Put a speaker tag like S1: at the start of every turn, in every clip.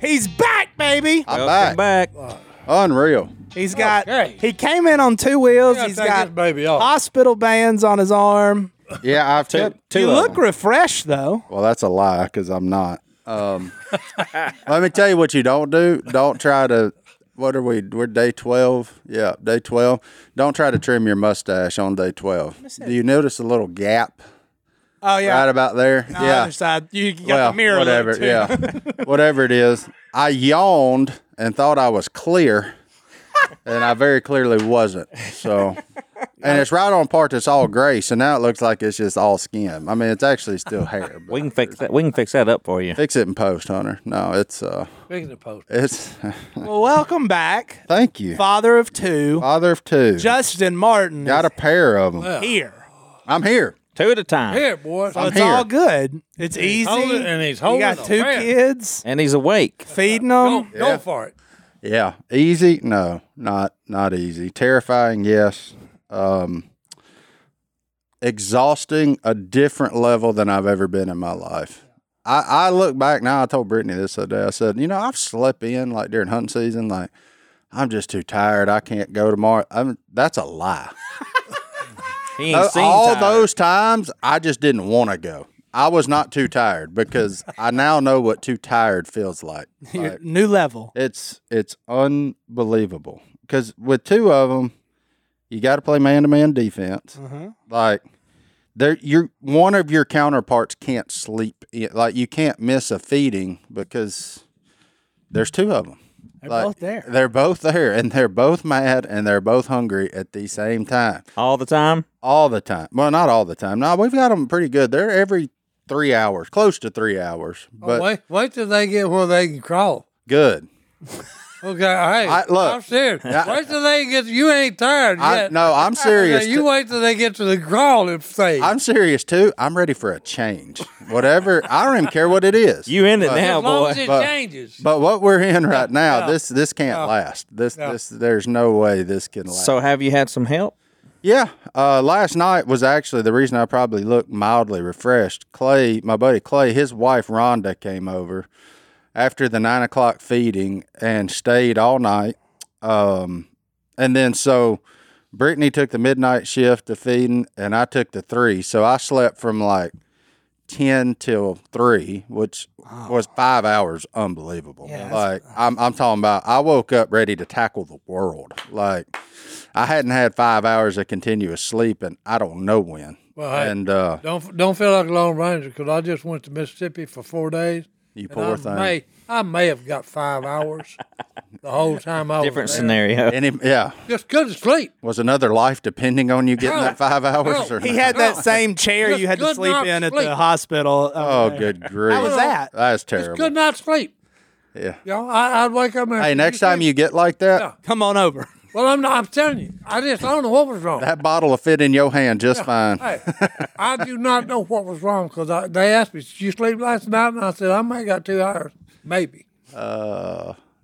S1: He's back, baby.
S2: I'm
S3: Welcome
S2: back.
S3: back.
S2: Unreal.
S1: He's got.
S4: Okay.
S1: He came in on two wheels.
S4: gotta
S1: He's
S4: take
S1: got
S4: this baby off.
S1: hospital bands on his arm.
S2: Yeah, I've
S3: Two,
S2: kept.
S3: two
S1: You
S3: of
S1: look
S3: them.
S1: refreshed though.
S2: Well, that's a lie because I'm not. Um, let me tell you what you don't do. Don't try to. What are we? We're day twelve. Yeah, day twelve. Don't try to trim your mustache on day twelve. Do you notice a little gap
S1: Oh yeah.
S2: right about there?
S1: On the
S2: yeah.
S1: other side, you got
S2: well,
S1: the mirror. look,
S2: whatever.
S1: too.
S2: Yeah, whatever it is. I yawned and thought I was clear, and I very clearly wasn't. So, and it's right on part that's all gray. So now it looks like it's just all skin. I mean, it's actually still hair. but-
S3: We can fix that. We can fix that up for you.
S2: Fix it in post, Hunter. No, it's uh,
S4: Fix the post.
S2: it's.
S1: Well, welcome back,
S2: thank you,
S1: father of two,
S2: father of two.
S1: Justin Martin.
S2: Uh, Got a pair of them.
S1: is here.
S2: I'm here.
S3: Two at a time.
S4: Here, boy.
S1: So it's
S2: here.
S1: all good. It's easy.
S4: holding- and he's
S1: you
S4: holding
S1: got
S4: a
S1: two
S4: fan.
S1: kids,
S3: And he's awake.
S1: feeding
S4: Go,
S2: um,
S1: them.
S4: go for it.
S2: Yeah, easy? No, not not easy. Terrifying? Yes. Um, exhausting, a different level than I've ever been in my life. I, I look back now. I told Brittany this the other day. I said, you know, I've slept in like during hunting season. Like, I'm just too tired. I can't go tomorrow. I'm, that's a lie.
S3: He ain't
S2: Tho-
S3: seen
S2: all
S3: tired.
S2: those times i just didn't want to go i was not too tired because i now know what too tired feels like Like,
S1: New level.
S2: it's it's unbelievable because with two of them you got to play man-to-man defense like there you one of your counterparts can't sleep in- like you can't miss a feeding because there's two of them they're
S1: both there.
S2: They're both there, and they're both mad, and they're both hungry at the same time
S3: all the time.
S2: all the time. Well, not all the time. No, we've got them pretty good. They're every three hours, close to three hours, but
S4: wait, wait till they get where they can crawl.
S2: good.
S4: Okay, hey,
S2: I- look.
S4: I'm serious. wait till they get. You ain't tired
S2: I,
S4: yet.
S2: no, I'm
S4: Now,
S2: serious.
S4: you
S2: too.
S4: wait till they get to the crawling stage.
S2: I'm serious too. I'm ready for a change. Whatever. I don't even care what it is.
S3: You in it
S2: But-
S3: now,
S4: as long
S3: boy.
S4: as it
S2: but-
S4: changes.
S2: But what we're in right now, this this can't last. This this there's no way this can last.
S3: so have you had some help?
S2: Yeah, uh, last night was actually the reason I probably looked mildly refreshed. Clay, my buddy Clay, his wife Rhonda came over after the nine o'clock feeding and stayed all night. Um, and then so Brittany took the midnight shift of feeding, and I took the three. So I slept from like ten till three, which was five hours. Unbelievable. like I'm, I'm talking about. I woke up ready to tackle the world. Like I hadn't had five hours of continuous sleep, and I don't know when.
S4: Well, hey.
S2: and uh,
S4: Don't don't feel like a Lone Ranger because I just went to Mississippi for four days.
S2: you
S4: and
S2: poor
S4: I
S2: thing.
S4: May, I may have got five hours the whole time I was
S3: Different
S4: there.
S3: scenario.
S2: And it- Oh, yeah,
S4: Just couldn't sleep.
S2: was another life depending on you getting that five hours? Or
S1: He
S2: not?
S1: had that same chair
S4: Just
S1: you had to
S4: could
S1: sleep
S4: not
S1: in at
S4: sleep.
S1: the hospital.
S2: Oh, good grief!
S1: How was that?
S2: That's
S4: Just could
S2: terrible.
S4: not sleep.
S2: Yeah.
S4: You know, I, I'd wake up and
S2: Hey, next time you get like that,
S4: Yeah.
S1: Come on over.
S4: Well, I'm not. I'm telling you, I just I don't know what was wrong.
S2: that bottle will fit in your hand just fine.
S4: hey, I do not know what was wrong because they asked me, "Did you sleep last night?" And I said, "I may got two hours, maybe." and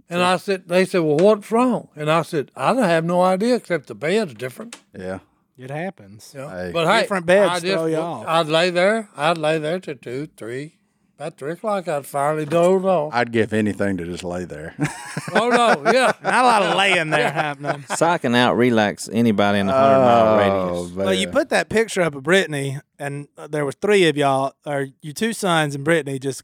S4: I said, "They said, well, what's wrong?" And I said, "I don't have no idea, except the bed's different."
S2: Yeah.
S1: It happens.
S4: you know.
S2: Hey.
S4: But hey,
S1: Different beds
S4: I just,
S1: throw you
S4: would-
S1: off.
S4: I'd lay there. I'd lay there till two, three. About three o'clock, I'd finally doze off.
S2: I'd give anything to just lay there.
S4: oh no, yeah.
S1: Not a lot of laying there happening.
S3: so I can out relax anybody in a hundred mile radius.
S2: man.
S1: Well, you put that picture up of Brittany, and uh, there was three of y'all, or you two sons and Brittany, just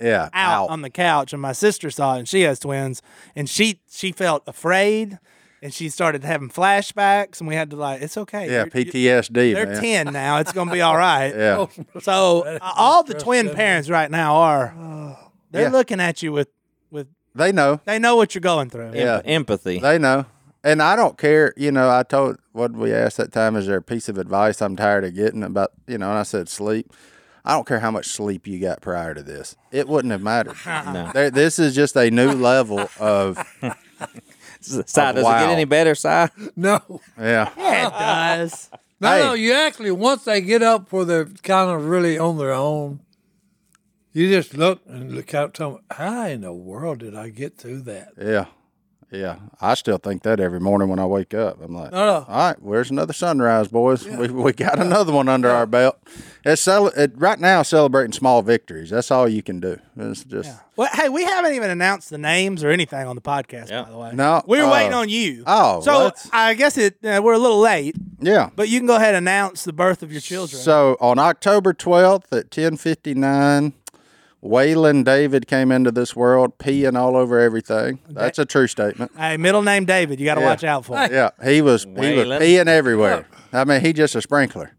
S2: yeah.
S1: out
S2: ow.
S1: on the couch and my sister saw it and she has twins and she she felt afraid and she started having flashbacks and we had to like it's okay
S2: yeah,
S1: You're- you-
S2: PTSD,
S1: they're
S2: man.
S1: 10 now it's gonna be all right
S2: Yeah.
S1: so uh, all the twin parents right now are they're
S2: Yeah.
S1: looking at you with with
S2: They know.
S1: they know what you're going through
S2: Yeah.
S3: Em- empathy.
S2: They know. And I don't care, you know, I told what we asked that time, is there a piece of advice I'm tired of getting about you know, and I said sleep. I don't care how much sleep you got prior to this. It wouldn't have mattered.
S3: No.
S2: There- This is just a new level of
S3: Si, does it
S2: wow.
S3: get any better, Si?
S4: no.
S2: yeah.
S1: Yeah, it does
S4: No,
S2: Hey.
S4: no, you actually once they get up where they're kind of really on their own, you just look and look out. Tell them, how in the world did I get through that?
S2: Yeah. Yeah, I still think that every morning when I wake up, I'm like,
S1: Uh-huh.
S4: No, no.
S2: all right, where's another sunrise, boys? We, we got another one under our belt. It's cel- it, right now celebrating small victories. That's all you can do. It's just
S1: Well, hey, we haven't even announced the names or anything on the podcast,
S3: Yeah.
S1: by the way.
S2: No,
S1: we were
S2: uh,
S1: waiting on you.
S2: oh,
S1: so
S2: let's-
S1: I guess it uh, we're a little late,
S2: yeah.
S1: but you can go ahead and announce the birth of your children.
S2: So on October 12th at 10:59, Waylon David came into this world peeing all over everything. That's a true statement.
S1: hey, middle name David, you got to watch out for.
S4: Hey.
S2: Yeah, he was he was
S3: Waylon.
S2: peeing everywhere. I mean, he just a sprinkler.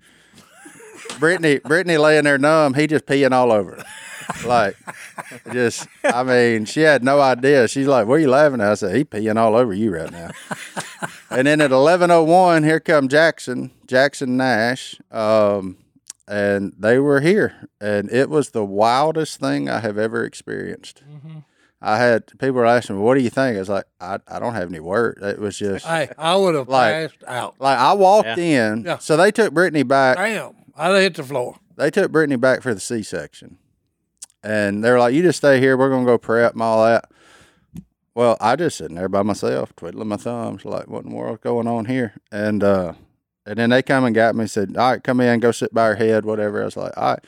S2: Brittany, Brittany laying there numb. He just peeing all over, like just. I mean, she had no idea. She's like, "What are you laughing at?" I said, "He peeing all over you right now." and then at eleven oh one, here come Jackson, Jackson Nash, um, and they were here, and it was the wildest thing I have ever experienced.
S4: Mm-hmm.
S2: I had people were asking me, "What do you think?" I was like, "I, I don't have any word." It was just
S4: Hey, I would have
S2: Like-
S4: passed out.
S2: like I walked in,
S4: Yeah.
S2: so they took Brittany back.
S4: Damn, I'd have hit the floor.
S2: They took Brittany back for the C section, and they were like, "You just stay here. We're gonna go prep and all that." Well, I just sitting there by myself, twiddling my thumbs, like, "What in the world's going on here?" And uh, and then they come and got me, said, "All right, come in, go sit by her head, whatever." I was like, "All right."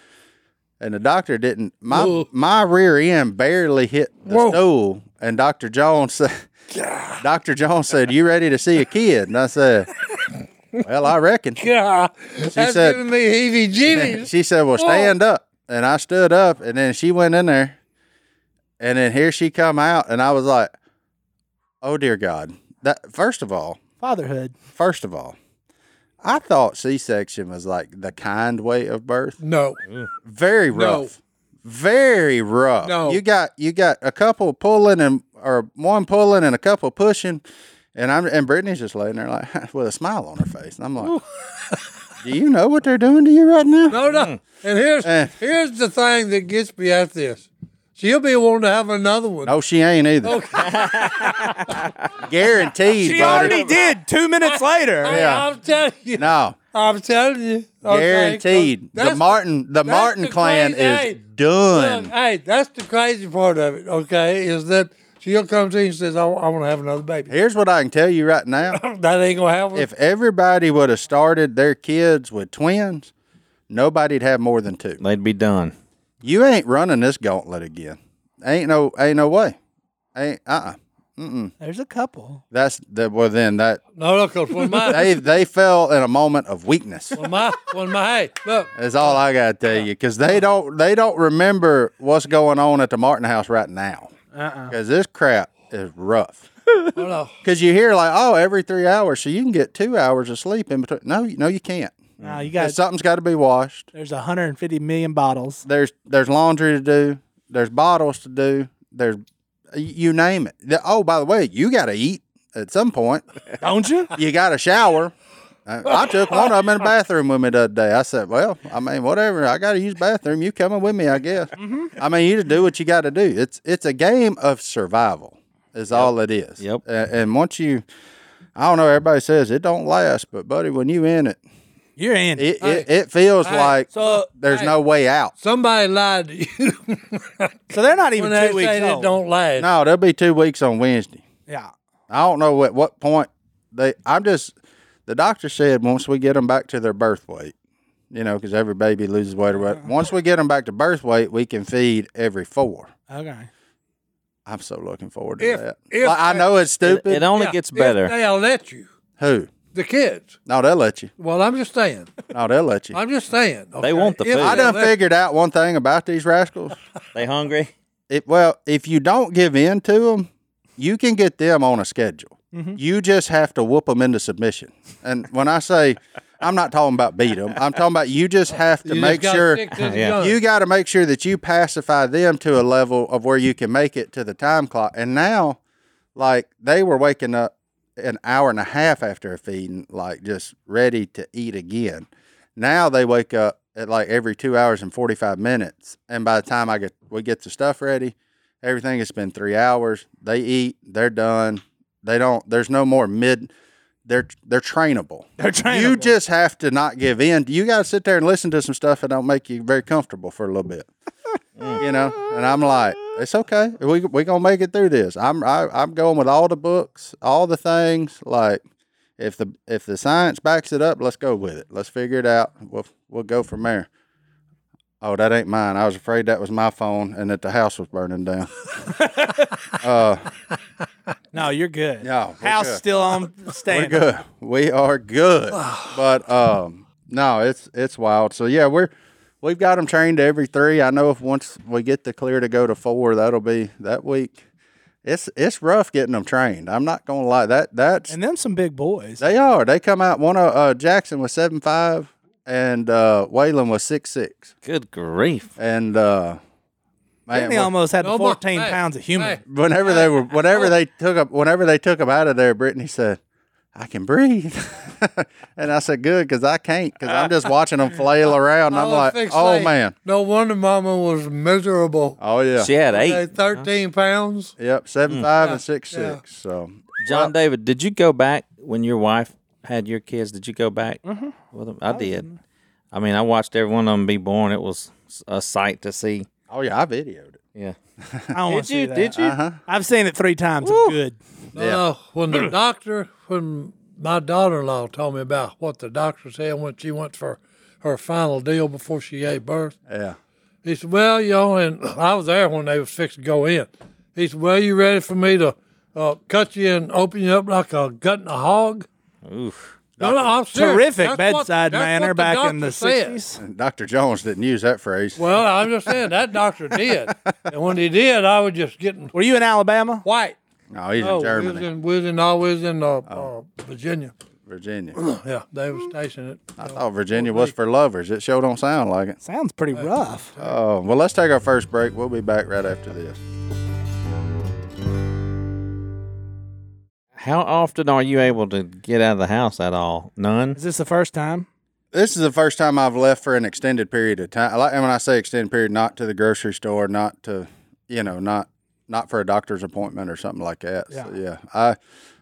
S2: And the doctor didn't. My
S4: Ugh.
S2: my rear end barely hit the
S4: Whoa.
S2: stool, and Doctor Jones said, "Doctor Jones said, you ready to see a kid?" And I said, "Well, I reckon."
S4: God, that's
S2: said-
S4: giving me heebie-jeebies.
S2: she said, "Well, stand up." And I stood up, and then she went in there, and then here she come out, and I was like, "Oh dear God!" That first of all,
S1: Fatherhood.
S2: first of all, I thought C-section was like the kind way of birth.
S4: no,
S2: Very
S4: No.
S2: rough, very rough.
S4: No.
S2: You got you got a couple pulling and or one pulling and a couple pushing, and I'm and Brittany's just laying there like with a smile on her face, and I'm like, "Do you know what they're doing to you right now?"
S4: no, no. And here's
S2: Eh.
S4: here's the thing that gets me at this. She'll be wanting to have another one.
S2: No, she ain't either. Guaranteed,
S1: She
S2: buddy.
S1: already did two minutes
S4: Hey,
S1: later.
S2: yeah.
S4: I'm telling you.
S2: No,
S4: I'm telling you. Okay,
S2: guaranteed.
S4: that's
S2: the Martin, the
S4: that's
S2: Martin
S4: the
S2: clan
S4: crazy- hey,
S2: is done.
S4: Look, hey, that's the crazy part of it, okay, is that she'll come to you and says, I, want to have another baby.
S2: Here's what I can tell you right now:
S4: That ain't going to happen.
S2: if everybody would have started their kids with twins, nobody'd have more than two.
S3: They'd be done.
S2: You ain't running this gauntlet again. Ain't no, ain't no way. Ain't uh. uh
S1: There's a couple.
S2: That's the well. Then that
S4: no, look, 'cause when my,
S2: they they fell in a moment of weakness.
S4: when my, when my, hey, look,
S2: That's all I gotta tell you, because they don't they don't remember what's going on at the Martin House right now. Because this crap is rough.
S4: hold on.
S2: Because you hear like, oh, every three hours, so you can get two hours of sleep in between. No, you- no, you can't.
S1: Now you got
S2: 'Cause Something's got to be washed.
S1: there's 150 million bottles.
S2: There's there's laundry to do. There's bottles to do. There's you name it. The- oh, by the way, you got to eat at some point.
S1: Don't you?
S2: You got to shower. I, I took one of them in the bathroom with me the other day. I said, "Well, I mean, whatever. I got to use bathroom. You coming with me? I guess.
S3: Mm-hmm.
S2: I mean, you just do what you got to do. It's it's a game of survival. Is all it is.
S3: Yep.
S2: A- And, once you, I don't know. Everybody says it don't last, but buddy, when you in it,
S1: You're in.
S2: it it, it feels like
S1: so
S2: there's no way out.
S4: Somebody lied to you
S1: so they're not even
S4: when they
S1: two weeks
S4: said it
S1: old.
S4: don't last.
S2: No, there'll be two weeks on Wednesday.
S1: Yeah.
S2: I don't know at what point they. I'm just. The doctor said once we get them back to their birth weight, you know, because every baby loses weight or
S4: Uh-huh.
S2: what. Once we get them back to birth weight, we can feed every four.
S1: Okay.
S2: I'm so looking forward to
S4: If-
S2: that.
S4: if
S2: Like, I know it's
S3: It,
S2: stupid.
S3: it only
S4: Yeah,
S3: gets
S4: if
S3: better.
S4: They'll let you,
S2: Who?
S4: the kids.
S2: No, they'll let you.
S4: Well, I'm just saying.
S2: No, they'll let you.
S4: I'm just saying. okay?
S3: want the
S4: If
S3: food.
S2: I
S4: they'll
S2: done
S4: let-
S2: figured out one thing about these rascals.
S3: They hungry.
S2: It, well, if you don't give in to them, you can get them on a schedule.
S4: Mm-hmm.
S2: You just have to whoop them into submission. And when I say, I'm not talking about beat them. I'm talking about you just have to
S4: you just
S2: make
S4: gotta
S2: sure
S4: stick to the
S3: Yeah.
S4: gun.
S2: you got to make sure that you pacify them to a level of where you can make it to the time clock. And now, like they were waking up an hour and a half after a feeding, like just ready to eat again. Now they wake up at like every two hours and forty five minutes, and by the time I get we get the stuff ready, everything has been three hours. They eat, they're done. They don't. There's no more mid. They're they're trainable.
S1: They're trainable.
S2: You just have to not give in. You got to sit there and listen to some stuff that don't make you very comfortable for a little bit. you know, and I'm like, it's okay. We we gonna make it through this. I'm I, I'm going with all the books, all the things. Like, if the if the science backs it up, let's go with it. Let's figure it out. We'll we'll go from there. Oh, that ain't mine. I was afraid that was my phone and that the house was burning down.
S1: No, you're good.
S2: No, we're
S1: house
S2: good.
S1: still on
S2: We're
S1: stand.
S2: good. We are good. but um, no, it's it's wild. So yeah, we're we've got them trained to every three. I know if once we get the clear to go to four, that'll be that week. It's it's rough getting them trained. I'm not gonna lie. That that's
S1: And them some big boys.
S2: they are. They come out. One of uh, Jackson was seven five, and uh, Waylon was six six,
S3: Good grief.
S2: and uh, man,
S1: They
S2: what-
S1: almost had the
S4: No, my-
S1: 14
S4: hey,
S1: pounds of human.
S4: hey.
S2: whenever they were whenever they took up whenever they took him out of there brittany said i can breathe and i said good because i can't because i'm just watching them flail around and i'm
S4: I was
S2: like
S4: fixed
S2: oh
S4: late.
S2: man
S4: No wonder Mama was miserable.
S2: oh yeah
S3: She had
S4: Hey,
S3: eight.
S4: uh, thirteen pounds.
S2: yep seven five and six six so
S3: John David, did you go back when your wife had your kids? Did you go back with them? Mm-hmm. I did. I mean, I watched every one of them be born. It was a sight to see.
S2: oh yeah i videoed it
S3: Yeah.
S1: I don't wanna
S3: Did
S1: see
S3: you?
S1: that.
S3: Did you?
S2: Uh-huh.
S1: I've seen it three times. I'm good.
S4: No, no, Uh, when the doctor, when my daughter-in-law told me about what the doctor said when she went for her final deal before she gave birth,
S2: yeah
S4: he said, "Well, you know," and I was there when they was fixed to go in. He said, "Well, you ready for me to uh, cut you and open you up like a gut in a hog?"
S3: Oof.
S4: No, no, I'm serious.
S1: Terrific
S4: That's what-
S1: bedside
S4: that's
S1: manner
S4: what
S1: back in
S4: doctor
S1: the
S4: said.
S1: 60s.
S2: And dr jones didn't use that phrase
S4: Well, I'm just saying that doctor did, and when he did, I was just getting
S1: Were you in Alabama?
S4: white.
S2: no he's in
S4: Oh, we was
S2: germany Oh.
S4: in, we was in, I was in uh, uh, Virginia.
S2: virginia
S4: Yeah, they were stationed at
S2: i thought virginia was for lovers it sure don't sound like it
S1: Sounds pretty rough.
S2: oh well let's take our first break we'll be back right after this
S3: How often are you able to get out of the house at all? None.
S1: Is this the first time?
S2: this is the first time I've left for an extended period of time. Like, and when I say extended period, not to the grocery store, not to, you know, not not for a doctor's appointment or something like that. So yeah, I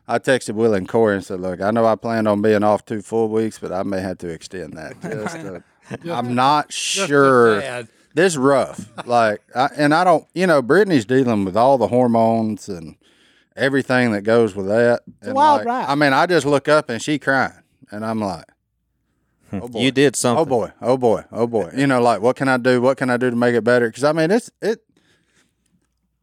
S2: I texted Will and Corey and said, look, I know I planned on being off two full weeks, but I may have to extend that. Just to, I'm not sure.
S4: tad.
S2: This is rough, like, I, and I don't, you know, Brittany's dealing with all the hormones and everything that goes with that. and
S1: wild
S2: like,
S1: ride.
S2: I mean, I just look up and she crying, and I'm like. Oh boy.
S3: Hmm. You did
S2: Oh
S3: something.
S2: boy, oh boy, oh boy. You know, like what can I do? What can I do to make it better? Because I mean, it's it.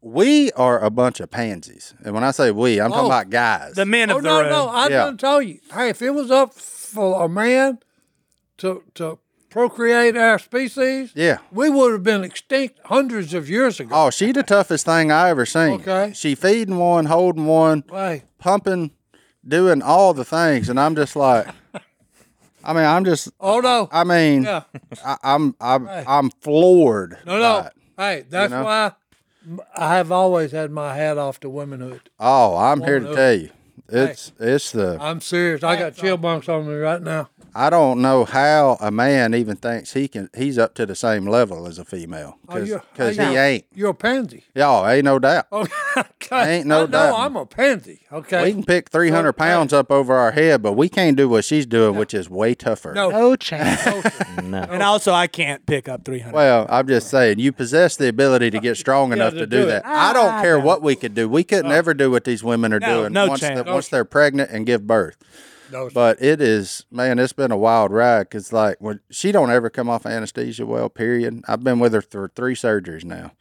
S2: We are a bunch of pansies, and when I say we, I'm talking
S4: Oh.
S2: about guys.
S1: The men
S4: Oh
S1: of the
S4: no,
S1: room.
S4: no, I
S2: Yeah.
S4: done told you. Hey, if it was up for a man to to procreate our species,
S2: yeah.
S4: we would have been extinct hundreds of years ago.
S2: Oh, she the toughest thing I ever seen.
S4: Okay.
S2: She feeding one, holding one,
S4: Hey,
S2: pumping, doing all the things, and I'm just like, I mean, I'm just,
S4: oh no,
S2: I mean,
S4: yeah,
S2: I, I'm, I'm, I'm floored.
S4: no, no.
S2: by it.
S4: Hey, that's
S2: know?
S4: why I have always had my hat off to womanhood.
S2: Oh, I'm here to
S4: Womanhood.
S2: tell you, it's, it's the.
S4: I'm serious. I got chill bumps on me right now.
S2: I don't know how a man even thinks he can. He's up to the same level as a female
S4: Oh,
S2: because
S4: you're-
S2: he
S4: hey, now,
S2: ain't.
S4: You're a pansy.
S2: Y'all ain't no doubt.
S4: Okay.
S2: Ain't no
S4: I know
S2: doubt.
S4: I'm a pansy. Okay.
S2: We can pick three hundred
S4: Well, hey.
S2: pounds up over our head, but we can't do what she's doing, which is way tougher.
S4: no, no chance.
S1: And also, I can't pick up 300.
S2: Well, I'm just saying, you possess the ability to get strong enough
S4: to
S2: to
S4: do
S2: do
S4: it.
S2: that. I don't care what we could do. We could never do what these women are
S1: Ah, Oh. No,
S2: doing
S1: no
S2: once,
S1: chance.
S2: the- once they're pregnant and give birth.
S4: No,
S2: but it is man it's been a wild ride because like when she don't ever come off anesthesia well period i've been with her through three surgeries now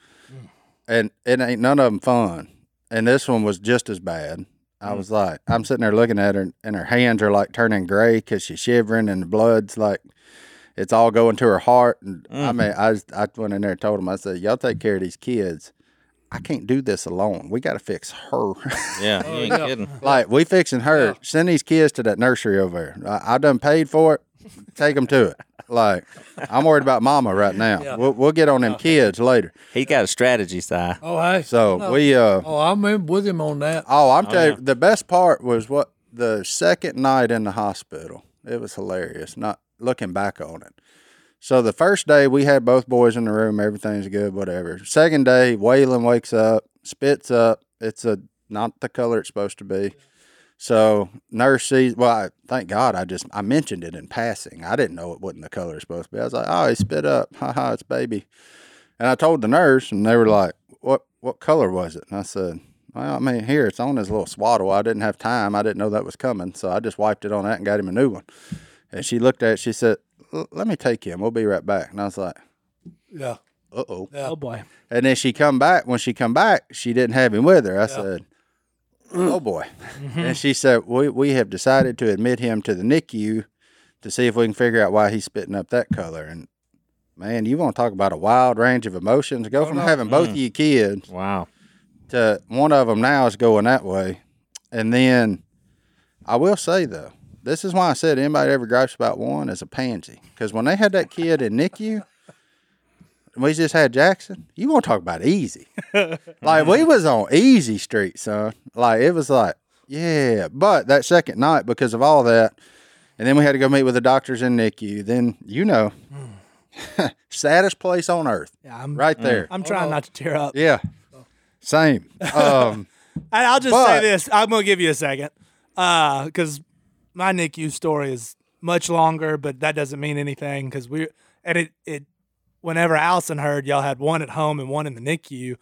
S2: and it ain't none of them fun and this one was just as bad i was like i'm sitting there looking at her and her hands are like turning gray because she's shivering and the blood's like it's all going to her heart and i mean I, just, I went in there and told him i said y'all take care of these kids i can't do this alone we got to fix her
S3: Oh, Yeah, you ain't kidding.
S2: Like we fixing her. Send these kids to that nursery over there. I, I done paid for it. Take them to it. Like I'm worried about mama right now. We'll, we'll get on them kids later.
S3: He got a strategy, Si.
S4: oh, hey.
S2: So we uh
S4: Oh, I'm in with him on that.
S2: oh I'm telling you the best part was what the second night in the hospital. It was hilarious. Not looking back on it. So the first day we had both boys in the room. Everything's good. Whatever. Second day, Waylon wakes up, spits up. It's a not the color it's supposed to be. So nurse sees. Well, I, thank God I just I mentioned it in passing. I didn't know it wasn't the color it's supposed to be. I was like, oh, he spit up. Ha ha, it's baby. And I told the nurse, and they were like, "What what color was it?" And I said, "Well, I mean, here it's on his little swaddle. I didn't have time. I didn't know that was coming, so I just wiped it on that and got him a new one." And she looked at it. She said, "L- "Let me take him. We'll be right back." And I was like,
S4: Yeah.
S2: "Uh oh."
S1: Oh boy.
S2: And then she come back. When she come back, she didn't have him with her. I said, "Oh boy." And she said, "We we have decided to admit him to the NICU to see if we can figure out why he's spitting up that color." And man, you want to talk about a wild range of emotions? Go from having both of you kids
S3: Wow.
S2: to one of them now is going that way. And then I will say though, this is why I said anybody that ever gripes about one is a pansy. Because when they had that kid in NICU, and we just had Jackson. You want to talk about easy? like we was on easy street, son. Like it was like yeah. But that second night, because of all that, and then we had to go meet with the doctors in NICU. Then you know, saddest place on earth,
S1: Yeah, I'm
S2: right there.
S1: Mm. I'm trying not to tear up.
S2: Yeah. Same. Um,
S1: I, I'll just
S2: But-
S1: say this. I'm gonna give you a second, because my NICU story is much longer, but that doesn't mean anything because we and it it. Whenever Allison heard y'all had one at home and one in the NICU,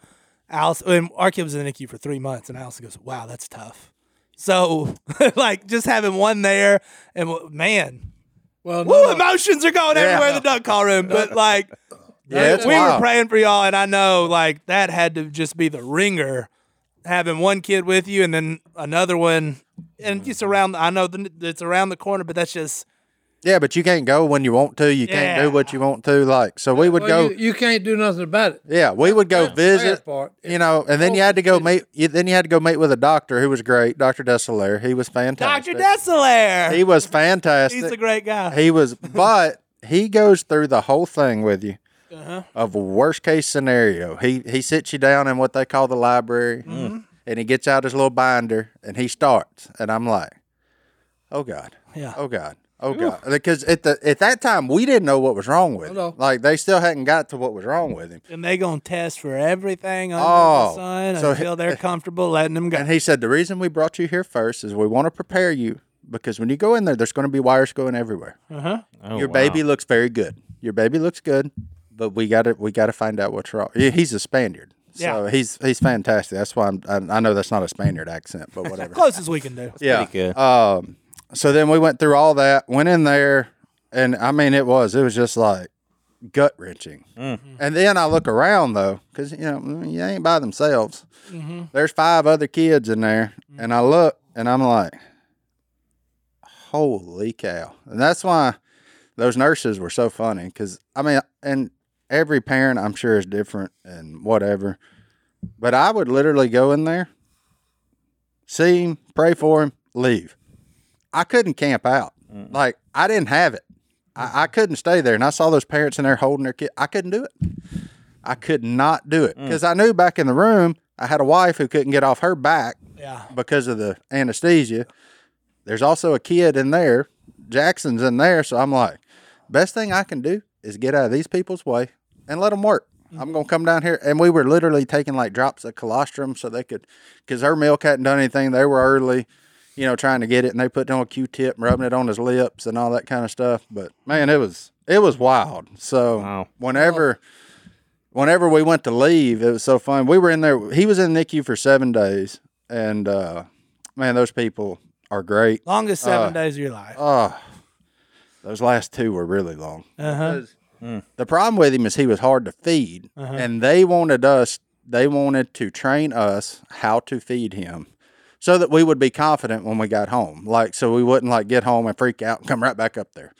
S1: Allison and our kid was in the NICU for three months, and Allison goes, "Wow, that's tough." So, like, just having one there, and w- man,
S4: Well, no,
S1: woo,
S4: no.
S1: emotions are going everywhere in the duck call room. But like,
S2: yeah, it's
S1: we were
S2: wild.
S1: praying for y'all, and I know like that had to just be the ringer, having one kid with you and then another one, and just around. I know the, it's around the corner, but that's just
S2: yeah, but you can't go when you want to. You can't
S1: Yeah.
S2: do what you want to. Like, so we would
S4: Well,
S2: go.
S4: you, you can't do nothing about it.
S2: Yeah, we would go visit.
S4: That part.
S2: You know, and
S1: Oh,
S2: then you had to go meet. You, then you had to go meet with a doctor who was great, Doctor Desselaire. He was
S1: Doctor
S2: fantastic.
S1: Desselaire.
S2: He was fantastic.
S1: He's a great guy.
S2: He was, but he goes through the whole thing with you of worst case scenario. He he sits you down in what they call the library, and he gets out his little binder and he starts. And I'm like, oh god,
S1: Yeah.
S2: oh god, oh god, because at the at that time we didn't know what was wrong with him.
S4: Hello.
S2: Like they still hadn't got to what was wrong with him.
S1: and they gonna test for everything under the
S2: Oh,
S1: sun
S2: so-
S1: until they're comfortable letting them go.
S2: And he said, The reason we brought you here first is we want to prepare you because when you go in there, there's going to be wires going everywhere.
S3: Oh,
S2: Your
S3: wow.
S2: baby looks very good. Your baby looks good, but we got to we got to find out what's wrong. Yeah, He's a Spaniard, so
S1: Yeah.
S2: he's he's fantastic. That's why I'm, I, I know that's not a Spaniard accent, but whatever.
S1: Closest we can do.
S2: yeah.
S3: Pretty good.
S2: Um. So then we went through all that, went in there, and I mean, it was it was just like gut wrenching.
S3: Mm-hmm.
S2: And then I look around though, because you know mm, you ain't by themselves.
S3: Mm-hmm.
S2: There's five other kids in there, and I look and I'm like, holy cow! And that's why those nurses were so funny. Because I mean, and every parent I'm sure is different and whatever. But I would literally go in there, see him, pray for him, leave. I couldn't camp out. Like I didn't have it. I, I couldn't stay there. And I saw those parents in there holding their kid. I couldn't do it. I could not do it because I knew back in the room I had a wife who couldn't get off her back
S1: Yeah.
S2: because of the anesthesia. There's also a kid in there. Jackson's in there. So I'm like, best thing I can do is get out of these people's way and let them work. I'm going to come down here. And we were literally taking like drops of colostrum so they could, because her milk hadn't done anything. They were early, you know, trying to get it. And they put it on a Q tip and rubbing it on his lips and all that kind of stuff. But man, it was, it was wild. So
S3: Wow.
S2: whenever whenever we went to leave, it was so fun. We were in there. He was in NICU for seven days, and uh, man, those people are great.
S1: Longest seven days of your life.
S2: Uh, Oh, those last two were really long.
S1: Uh-huh.
S2: The problem with him is he was hard to feed, and they wanted us. They wanted to train us how to feed him. So that we would be confident when we got home, like so we wouldn't like get home and freak out and come right back up there.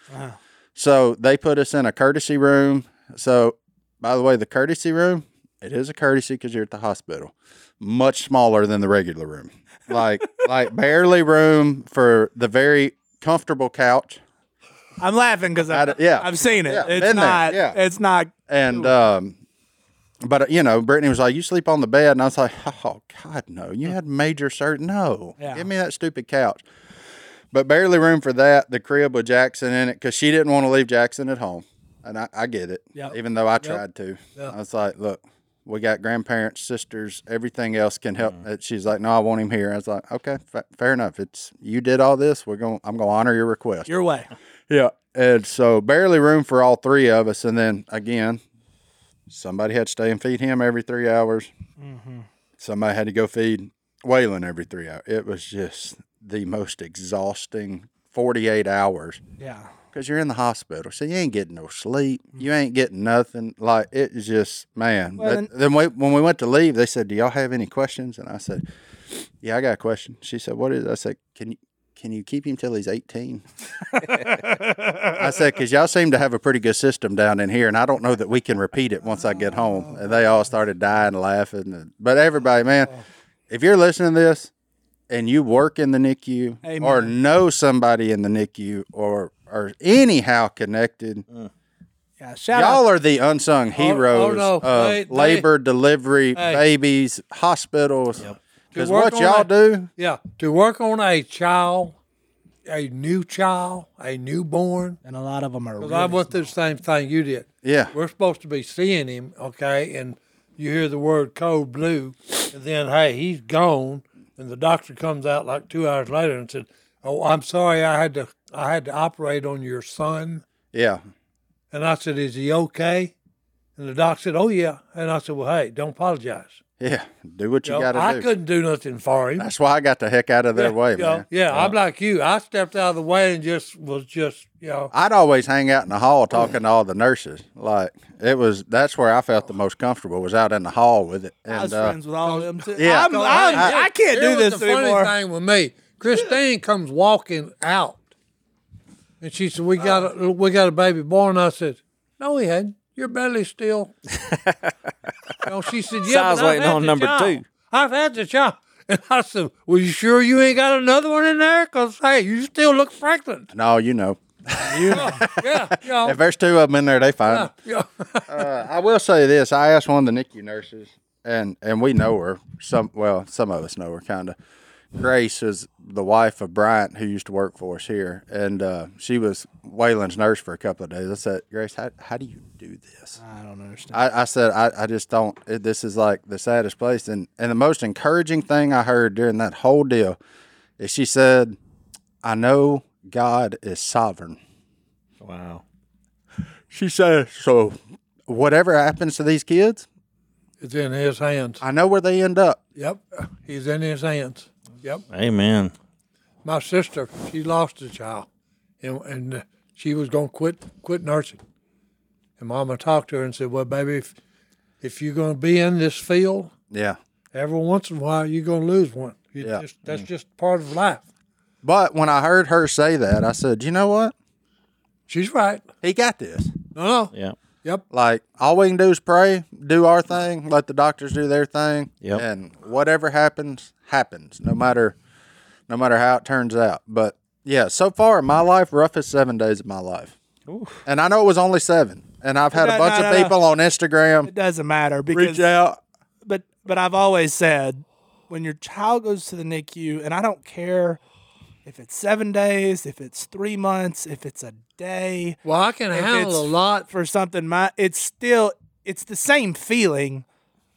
S2: So they put us in a courtesy room. So, by the way, the courtesy room, it is a courtesy because you're at the hospital. Much smaller than the regular room, like like barely room for the very comfortable couch.
S1: I'm laughing because
S2: I
S1: I,
S2: d- yeah.
S1: I've seen it.
S2: Yeah,
S1: it's
S2: been there,
S1: not.
S2: yeah.
S1: It's not.
S2: And um, but uh, you know, Brittany was like, "You sleep on the bed," and I was like, "Oh God, no! You had major surgery. No,
S1: Yeah.
S2: give me that stupid couch." But barely room for that. The crib with Jackson in it because she didn't want to leave Jackson at home, and I, I get it.
S1: Yep.
S2: Even though I tried to, I was like, "Look, we got grandparents, sisters, everything else can help."
S1: Mm-hmm.
S2: And She's like, "No, I want him here." I was like, "Okay, fa- fair enough. It's you did all this. We're going. to I'm going to honor your request."
S1: Your way.
S2: Yeah. And so barely room for all three of us. And then again, Somebody had to stay and feed him every three hours. Somebody had to go feed Waylon every three hours. It was just the most exhausting 48 hours
S1: Yeah.
S2: because you're in the hospital. So you ain't getting no sleep. You ain't getting nothing. Like, it was just, man.
S1: Well,
S2: But then we, when we went to leave, they said, Do y'all have any questions? And I said, Yeah, I got a question. She said, What is it? I said, Can you. Can you keep him till he's 18? I said, because y'all seem to have a pretty good system down in here, and I don't know that we can repeat it once I get home. And they all started dying laughing. and- But everybody, man, if you're listening to this and you work in the NICU or know somebody in the NICU or are anyhow connected,
S1: Yeah. Shout out.
S2: y'all are the unsung heroes
S4: Oh, no.
S2: of
S4: They- they-
S2: labor, delivery,
S4: Hey.
S2: babies, hospitals. Because
S4: To work
S2: what
S4: on
S2: y'all
S4: that-
S2: do,
S4: Yeah, to work on a child, a new child, a newborn.
S1: And a lot of them are.
S4: 'cause
S1: Really,
S4: I went through the same thing you did.
S2: yeah,
S4: We're supposed to be seeing him, okay, and you hear the word code blue, and then hey, he's gone, and the doctor comes out like two hours later and said, "Oh, I'm sorry, I had to, I had to operate on your son."
S2: yeah,
S4: And I said, "Is he okay?" And the doc said, "Oh yeah," and I said, "Well, hey, don't apologize."
S2: yeah, do what you
S4: You know,
S2: got
S4: I
S2: to do.
S4: couldn't do nothing for him.
S2: That's why I got the heck out of their way,
S4: you know,
S2: man. Uh-huh.
S4: yeah, I'm like you. I stepped out of the way and just was just, you know,
S2: I'd always hang out in the hall talking to all the nurses. Like it was that's where I felt the most comfortable was out in the hall with it.
S1: I was
S2: And uh,
S1: friends with all of them too.
S2: yeah.
S1: I'm, I'm, I, can't
S4: Here
S1: do
S4: was
S1: this
S4: the funny
S1: anymore.
S4: thing with me, Christine comes walking out, and she said, "We got a we got a baby born." I said, "No, he hadn't. Your belly's still." no, she said, "Yeah."
S3: Sounds
S4: but I've
S3: waiting
S4: had
S3: on
S4: the
S3: number
S4: child.
S3: two.
S4: I've had the child. And I said, "Well, you sure you ain't got another one in there? Cause hey, you still look pregnant."
S2: no, you know.
S4: yeah, you know,
S2: If there's two of them in there, they find 'em.
S4: Oh. yeah.
S2: Uh, I will say this: I asked one of the NICU nurses, and and we know her. Some well, some of us know her kind of. Grace is the wife of Bryant, who used to work for us here, and uh, she was Waylon's nurse for a couple of days. I said, Grace, how how do you do this?
S1: I don't understand.
S2: I, I said, I, I just don't. It, this is like the saddest place. And, and the most encouraging thing I heard during that whole deal is she said, I know God is sovereign.
S3: Wow.
S2: She said, So whatever happens to these kids,
S4: It's in his hands.
S2: I know where they end up.
S4: Yep. He's in his hands. Yep.
S3: Amen.
S4: My sister, she lost a child and, and uh, she was going to quit quit nursing. And mama talked to her and said, Well, baby, if, if you're going to be in this field,
S2: Yeah.
S4: every once in a while, you're going to lose one. You
S2: Yeah. Mm.
S4: just, that's just part of life.
S2: But when I heard her say that, I said, You know what?
S4: She's right.
S2: He got this.
S4: No, no.
S3: Yeah.
S4: Yep.
S2: Like, all we can do is pray, do our thing, let the doctors do their thing.
S3: Yep.
S2: And whatever happens, happens, no matter no matter how it turns out. But yeah, so far in my life, roughest seven days of my life. And I know it was only seven. And I've had
S1: No,
S2: a bunch
S1: no,
S2: of
S1: no, no.
S2: people on Instagram
S1: It doesn't matter because
S2: reach out.
S1: but but I've always said when your child goes to the NICU, and I don't care if it's seven days, if it's three months, if it's a day
S4: Well, I can
S1: If
S4: handle a
S1: it's
S4: lot.
S1: for something, my it's still it's the same feeling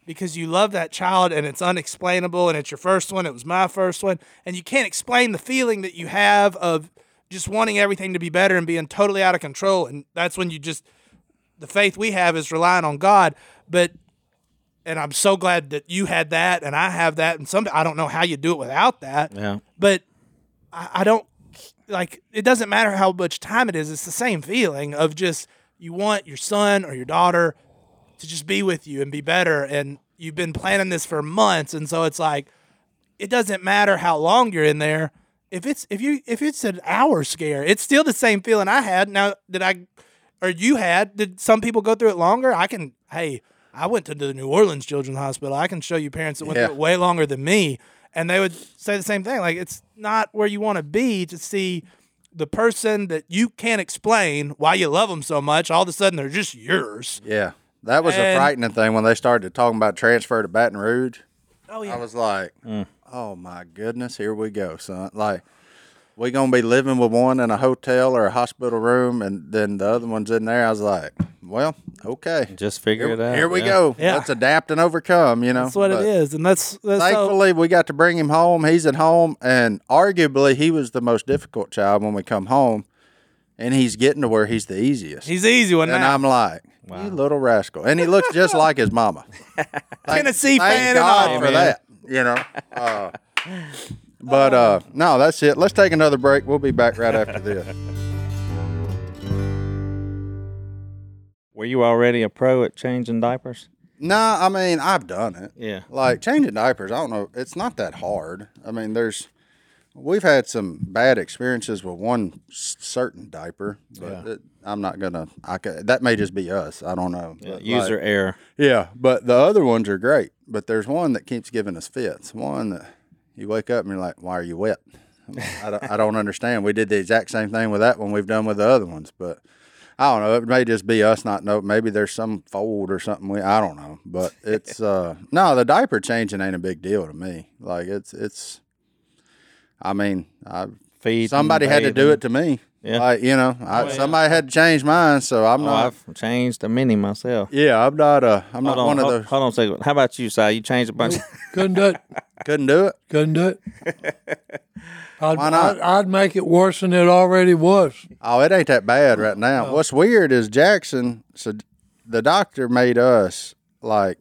S1: because you love that child and it's unexplainable and it's your first one, it was my first one, and you can't explain the feeling that you have of just wanting everything to be better and being totally out of control. And that's when you just the faith we have is relying on God. But and I'm so glad that you had that and I have that. And some I don't know how you do it without that.
S3: Yeah.
S1: But I, I don't like it doesn't matter how much time it is, it's the same feeling of just you want your son or your daughter to just be with you and be better and you've been planning this for months and so it's like it doesn't matter how long you're in there. If it's if you if it's an hour scare, it's still the same feeling I had. Now that I or you had, did some people go through it longer? I can hey, I went to the New Orleans Children's Hospital. I can show you parents that went
S2: Yeah.
S1: through it way longer than me. And they would say the same thing. Like it's not where you want to be to see the person that you can't explain why you love them so much. All of a sudden they're just yours.
S2: Yeah. That was a
S1: And-
S2: frightening thing when they started talking about transfer to Baton Rouge.
S1: Oh yeah.
S2: I was like,
S3: Mm.
S2: "Oh my goodness, here we go, son!" Like, we gonna be living with one in a hotel or a hospital room, and then the other one's in there. I was like, "Well, okay,
S3: Just figure it
S2: here,
S3: out.
S2: here we
S3: Yeah.
S2: go.
S1: Yeah.
S2: Let's adapt and overcome." You know,
S1: that's what
S2: But
S1: it is. And that's that's so,
S2: Thankfully, we got to bring him home. He's at home, and arguably, he was the most difficult child when we come home, and he's getting to where he's the easiest.
S1: he's the easy one
S2: and
S1: now.
S2: I'm like, You little rascal. And he looks just like his mama. Thank-
S1: Tennessee
S2: thank
S1: fan and
S2: God
S1: all.
S2: for that. You know. Uh, but uh, no, that's it. Let's take another break. We'll be back right after this.
S3: Were you already a pro at changing diapers?
S2: nah, I mean I've done it.
S3: Yeah.
S2: Like changing diapers, I don't know. It's not that hard. I mean, there's we've had some bad experiences with one s- certain diaper, but it, I'm not gonna. I ca that may just be us. I don't know. But, like,
S3: User error.
S2: Yeah, but the other ones are great. But there's one that keeps giving us fits. One that you wake up and you're like, "Why are you wet?" I'm like, I don't, I don't understand. We did the exact same thing with that one we've done with the other ones, but I don't know. It may just be us not know. Maybe there's some fold or something. We I don't know, but it's uh no. The diaper changing ain't a big deal to me. Like it's it's. I mean, I
S3: Feed.
S2: somebody had to do it to me.
S3: Yeah.
S2: Like, you know, I, somebody had to change mine, so I'm
S3: Oh,
S2: not.
S3: I've changed a mini myself.
S2: yeah, I'm not. Uh, I'm not
S3: Hold on,
S2: one of
S3: hold,
S2: those.
S3: hold on a second. How about you, Si? You changed a bunch.
S4: Couldn't do it.
S2: Couldn't do it.
S4: Couldn't do it. I'd,
S2: Why not?
S4: I'd, I'd make it worse than it already was.
S2: Oh, it ain't that bad right now. What's weird is Jackson. So the doctor made us like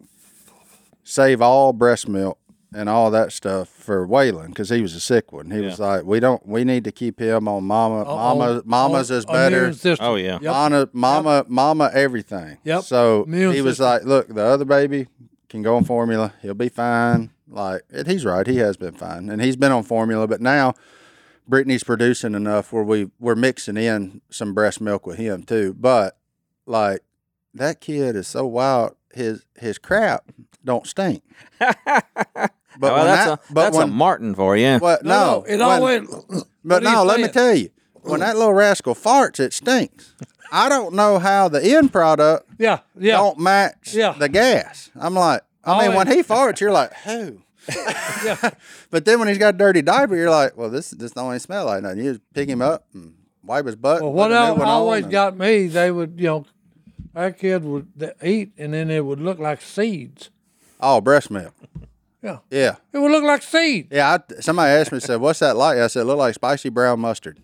S2: save all breast milk and all that stuff for Waylon because he was a sick one. He was like, we don't. We need to keep him on mama. mama. Mama's is better.
S3: Oh, yeah.
S4: Yep.
S2: Mama, mama, mama, everything.
S4: Yep.
S2: So
S4: Immune
S2: he was
S4: system.
S2: like, "Look, the other baby can go on formula. He'll be fine." Like, and he's right. He has been fine, and he's been on formula. But now, Brittany's producing enough where we we're mixing in some breast milk with him too. But like, that kid is so wild. His his crap don't stink. But when
S3: well, Oh, that's,
S2: that-
S3: a,
S2: but
S3: that's a
S2: when-
S3: Martin for you.
S2: what? No,
S4: it
S2: when-
S4: always.
S2: but
S4: What are
S2: no,
S4: you
S2: let me
S4: saying?
S2: tell you, when that little rascal farts, it stinks. I don't know how the end product
S4: Yeah, yeah.
S2: don't match
S4: Yeah.
S2: the gas. I'm like, I mean,
S4: Oh,
S2: when he farts, you're like, who? but then when he's got a dirty diaper, you're like, well, this this don't even smell like nothing. You just pick him up and wipe his butt.
S4: Well,
S2: put
S4: what
S2: a new
S4: al-
S2: one on
S4: always
S2: and-
S4: got me, they would, you know, our kid would th- eat and then it would look like seeds.
S2: Oh, breast milk.
S4: Yeah.
S2: Yeah,
S4: It would look like seeds.
S2: yeah. I, somebody asked me, said, "What's that like?" I said, "Look like spicy brown mustard."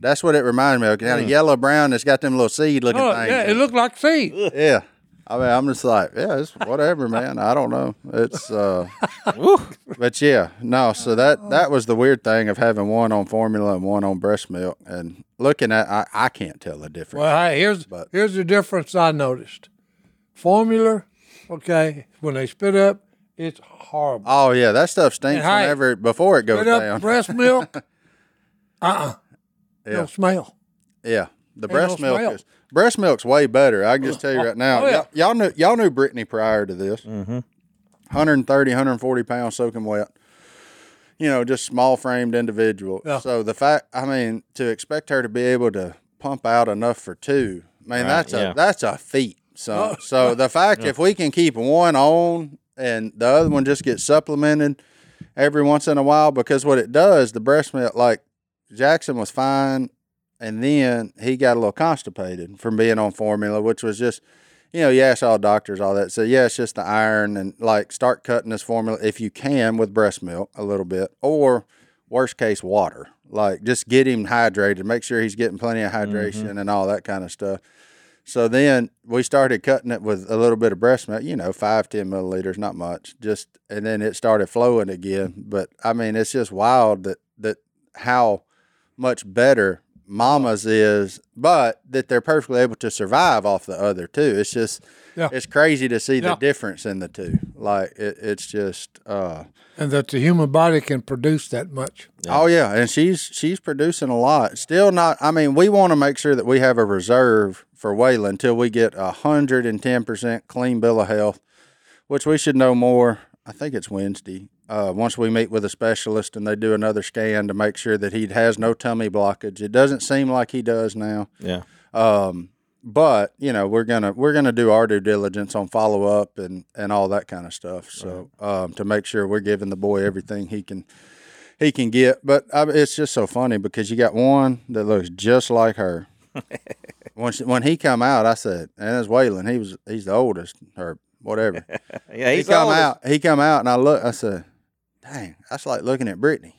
S2: That's what it reminded me of. Kind of yellow brown. It's got them little seed looking
S4: Oh,
S2: things.
S4: yeah,
S2: in
S4: it looked like seeds.
S2: Yeah. I mean, I'm just like, yeah, it's whatever, man. I don't know. It's, uh, but yeah, no. So that that was the weird thing of having one on formula and one on breast milk, and looking at, I, I can't tell the difference.
S4: Well, hey, here's here's the difference I noticed. Formula, okay, when they spit up, it's horrible.
S2: oh yeah, that stuff stinks
S4: And hey,
S2: whenever before it goes
S4: Spit up
S2: down.
S4: breast milk, uh-uh,
S2: Yeah.
S4: no smell.
S2: yeah, the
S4: They don't
S2: breast milk
S4: smell.
S2: is breast milk's way better. I can just tell you right now.
S4: Oh, yeah.
S2: y'all, y'all knew y'all knew Brittany prior to this. Mm-hmm. 130, 140 pounds soaking wet. you know, just small framed individual.
S4: Yeah.
S2: So the fact, I mean, to expect her to be able to pump out enough for two, man, that's
S3: yeah.
S2: a that's a feat.
S4: Oh.
S2: So so the fact if we can keep one on and the other one just gets supplemented every once in a while, because what it does, the breast milk, like Jackson was fine, and then he got a little constipated from being on formula, which was just. You know, yes, all doctors, all that. So, yeah, it's just the iron and like start cutting this formula if you can with breast milk a little bit, or worst case water. Like just get him hydrated, make sure he's getting plenty of hydration and all that kind of stuff. So then we started cutting it with a little bit of breast milk, you know, five, 10 milliliters, not much. Just and then it started flowing again. But I mean, it's just wild that that how much better mama's is, but that they're perfectly able to survive off the other two. It's just
S4: Yeah.
S2: it's crazy to see the
S4: Yeah.
S2: difference in the two. Like it, it's just uh
S4: And that the human body can produce that much.
S2: Oh yeah, and she's she's producing a lot. Still not. I mean, we want to make sure that we have a reserve for Waylon until we get a hundred and ten percent clean bill of health, which we should know more. I think it's Wednesday. Uh, once we meet with a specialist and they do another scan to make sure that he has no tummy blockage. It doesn't seem like he does now
S3: Yeah.
S2: but you know we're gonna we're gonna do our due diligence on follow up and and all that kind of stuff so um to make sure we're giving the boy everything he can he can get but I, it's just so funny because you got one that looks just like her when she, when he come out i said and that's waylon he was he's the oldest or whatever
S3: Yeah.
S2: he
S3: He's
S2: come
S3: old.
S2: out. He come out, and I look. I said, "Dang, that's like looking at Brittany."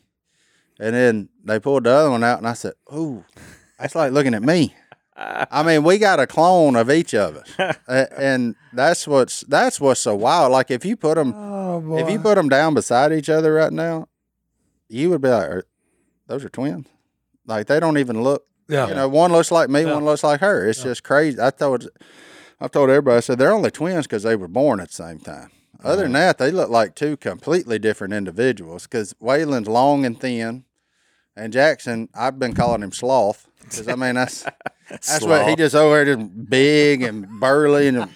S2: And then they pulled the other one out, and I said, "Ooh, that's like looking at me." I mean, we got a clone of each of us, A- and that's what's that's what's so wild. Like if you put them
S4: Oh boy.
S2: if you put them down beside each other right now, you would be like, "Are- "Those are twins." Like they don't even look.
S4: yeah.
S2: You know, one looks like me, one looks like her. It's just crazy. I told I told everybody I said they're only twins because they were born at the same time. Other
S4: Uh-huh.
S2: than that, they look like two completely different individuals. Because Waylon's long and thin, and Jackson, I've been calling him Sloth. Because I mean, that's that's what he
S3: Sloth.
S2: just over there, just big and burly, and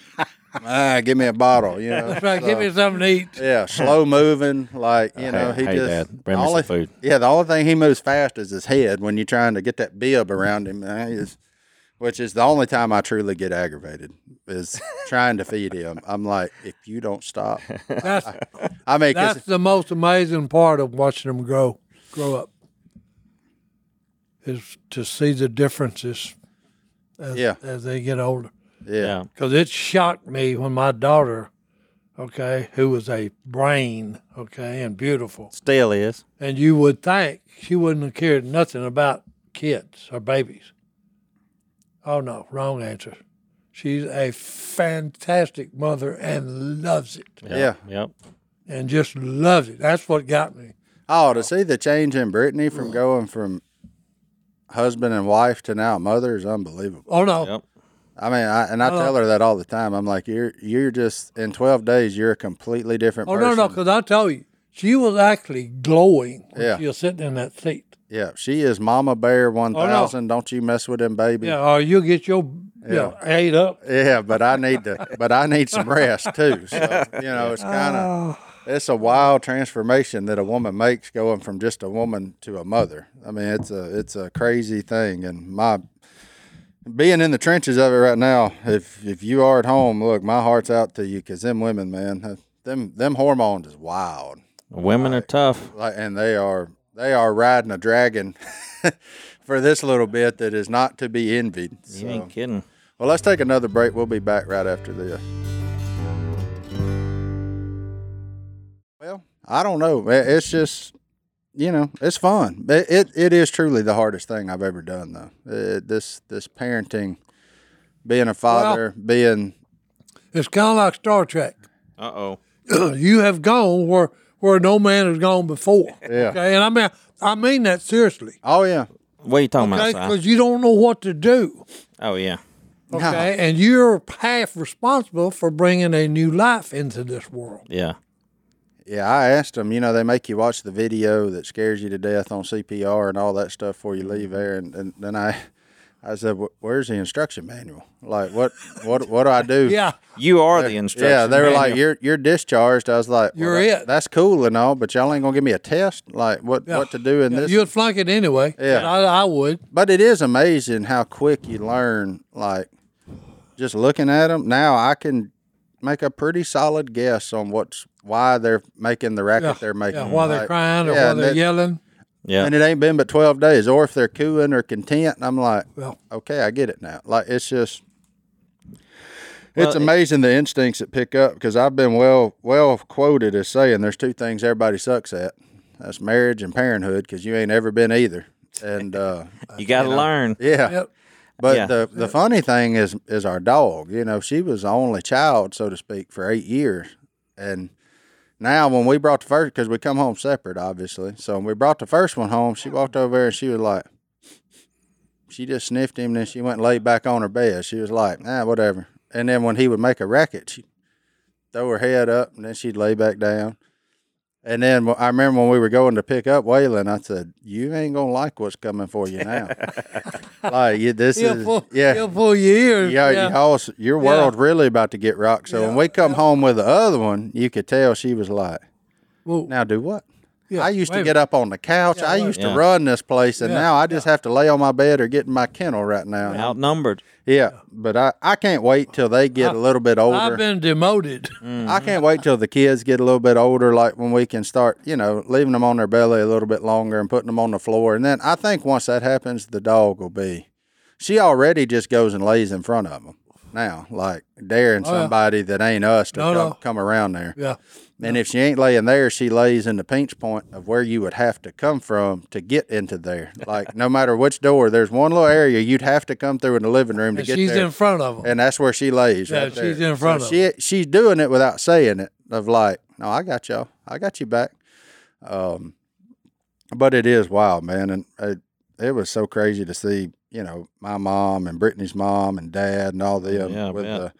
S2: ah, give me a bottle, you know.
S4: That's right. Give me something to eat.
S2: Yeah, slow moving, like you know,
S3: hey-
S2: he
S3: hey,
S2: just
S3: Dad, bring me
S2: the
S3: some
S2: only-
S3: food.
S2: Yeah, the only thing he moves fast is his head when you're trying to get that bib around him. and he is- which is the only time I truly get aggravated is trying to feed him. I'm like, if you don't stop,
S4: That's
S2: I mean, 'cause-
S4: that's the most amazing part of watching them grow grow up is to see the differences as,
S2: Yeah.
S4: as they get older.
S2: yeah,
S3: Yeah.
S4: Because it shocked me when my daughter, okay, who was a brain, okay, and beautiful,
S3: Still is.
S4: and you would think she wouldn't have cared nothing about kids or babies. Oh no, wrong answer. She's a fantastic mother and loves it,
S2: yeah.
S3: Yep.
S4: and just loves it. That's what got me.
S2: Oh, to see the change in Brittany from going from husband and wife to now mother is unbelievable.
S4: Oh no,
S3: Yep.
S2: I mean, I, and I
S4: Oh.
S2: tell her that all the time. I'm like, you're you're just in 12 days, you're a completely different
S4: oh
S2: person.
S4: no, no, because I tell you, she was actually glowing when
S2: Yeah.
S4: she was sitting in that seat.
S2: Yeah, she is Mama Bear 1000. Don't you mess with them, baby.
S4: Yeah, or you'll get your yeah. ate up.
S2: Yeah, but I need to, but I need some rest too. So you know, it's kind of, it's a wild transformation that a woman makes going from just a woman to a mother. I mean, it's a, it's a crazy thing, and my being in the trenches of it right now. If if you are at home, look, my heart's out to you because them women, man, them them hormones is wild.
S3: Women are tough.
S2: like and they are they are riding a dragon for this little bit that is not to be envied.
S3: You
S2: So,
S3: ain't kidding.
S2: well, let's take another break. We'll be back right after this. Well, I don't know. It- It's just you know, it's fun. It it, it is truly the hardest thing I've ever done though. Uh this this parenting, being a father, being
S4: It's kind of like Star Trek.
S3: Uh oh.
S4: you have gone where where no man has gone before.
S2: Yeah.
S4: Okay, and I mean I mean that seriously.
S2: oh yeah.
S3: What are you talking
S4: Okay,
S3: about, Si?
S4: because you don't know what to do.
S3: Oh yeah.
S4: Okay, and you're half responsible for bringing a new life into this world.
S3: Yeah.
S2: Yeah, I asked them. You know, they make you watch the video that scares you to death on CPR and all that stuff before you
S4: Mm-hmm.
S2: leave there. And, and then I, I said, "Wh- "Where's the instruction manual? Like, what, what, what do I do?"
S4: Yeah,
S3: You are the instructor.
S2: yeah. They were like, "You're you're discharged." I was like, well,
S4: You're
S2: that-
S4: it.
S2: That's cool and all, but y'all ain't gonna give me a test. Like, what what to do in this?
S4: you'd flunk it anyway.
S2: Yeah.
S4: but I, I would.
S2: but it is amazing how quick you learn. Like, just looking at them now, I can make a pretty solid guess on what's why they're making the racket
S4: Yeah,
S2: they're making.
S4: yeah, while they're
S2: Like,
S4: crying or
S2: yeah,
S4: while
S2: and
S4: they're
S2: that-
S4: yelling.
S3: yeah.
S2: and it ain't been but 12 days or if they're cooing or content and i'm like
S4: Well,
S2: okay i get it now like it's just
S3: Well,
S2: it's
S3: it-
S2: amazing the instincts that pick up because i've been well well quoted as saying there's two things everybody sucks at that's marriage and parenthood because you ain't ever been either and uh
S3: You got to learn.
S2: yeah
S4: yep.
S2: but
S3: Yeah.
S2: the the funny thing is is our dog. You know, she was the only child, so to speak, for eight years, and now when we brought the first, because we come home separate, obviously. So when we brought the first one home, she walked over there and she was like, she just sniffed him, and then she went and laid back on her bed. She was like, nah, whatever. And then when he would make a racket, she throw her head up, and then she'd lay back down. And then wh- I remember when we were going to pick up Waylon, I said, "You ain't gonna like what's coming for you now. like you, this
S4: He'll
S2: is
S4: pull,
S2: yeah,
S4: he'll pull your ears.
S2: yeah,
S4: yeah.
S2: y'all, your world really about to get rocked. So when we come home with the other one, you could tell she was like,
S4: Well,
S2: "Now do what?"
S4: yeah,
S2: I used
S4: wait
S2: to
S4: a
S2: get up on the couch. I
S4: wait.
S2: used
S3: Yeah.
S2: to run this place, and
S4: Yeah,
S2: now I just have to lay on my bed or get in my kennel right now. Yeah,
S3: Outnumbered.
S2: but I, I can't wait till they get a little bit
S4: minute. I've
S2: older. Mm-hmm.
S4: been demoted.
S2: I can't wait till the kids get a little bit older, like when we can start, you know, leaving them on their belly a little bit longer and putting them on the floor. And then I think once that happens, the dog will be. She already just goes and lays in front of them. now, like daring somebody that ain't us to
S4: Oh, No,
S2: come,
S4: no.
S2: come around there.
S4: Yeah.
S2: And if she ain't laying there, she lays in the pinch point of where you would have to come from to get into there. Like no matter which door, there's one little area you'd have to come through in the living room to
S4: And
S2: get
S4: she's
S2: there.
S4: in front of them.
S2: and that's where she lays.
S4: Yeah,
S2: right there.
S4: she's in front
S2: So
S4: of
S2: she she's doing it without saying it. Of like, no, I got y'all. I got you back. Um, but it is wild, man, and it, it was so crazy to see. You know, my mom and Brittany's mom and dad and all them
S3: Yeah, I
S2: with
S3: bet.
S2: the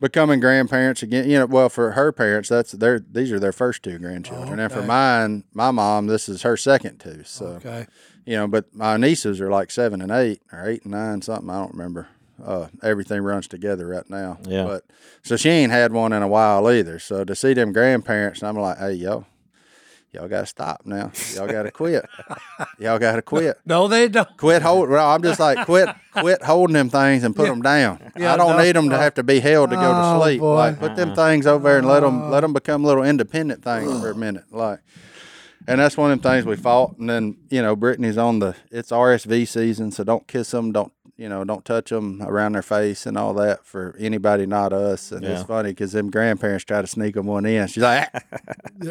S2: becoming grandparents again. You know, well for her parents, that's their these are their first two grandchildren, and for
S4: Oh, okay.
S2: mine, my mom, this is her second two. So
S4: Okay.
S2: you know, but my nieces are like seven and eight or eight and nine, something. I don't remember. Uh, everything runs together right now.
S3: Yeah.
S2: But so she ain't had one in a while either. So to see them grandparents, and I'm like, hey, yo, y'all got to stop now. Y'all got to quit. y'all got to quit.
S4: No, they don't.
S2: Quit hold. Well, I'm just like quit, quit holding them things and put them down.
S4: Yeah,
S2: I don't 'em
S4: no,
S2: need them to have to be held to go to
S4: Oh,
S2: sleep.
S4: boy. Oh.
S2: Like put them things over there and let them let them become little independent things for a minute. Like, and that's one of them things we fought. And then you know Brittany's on the it's RSV season, so don't kiss them, don't you know, don't touch them around their face and all that for anybody not us. And it's
S3: Yeah.
S2: funny because them grandparents try to sneak them one in. She's like, "Ah,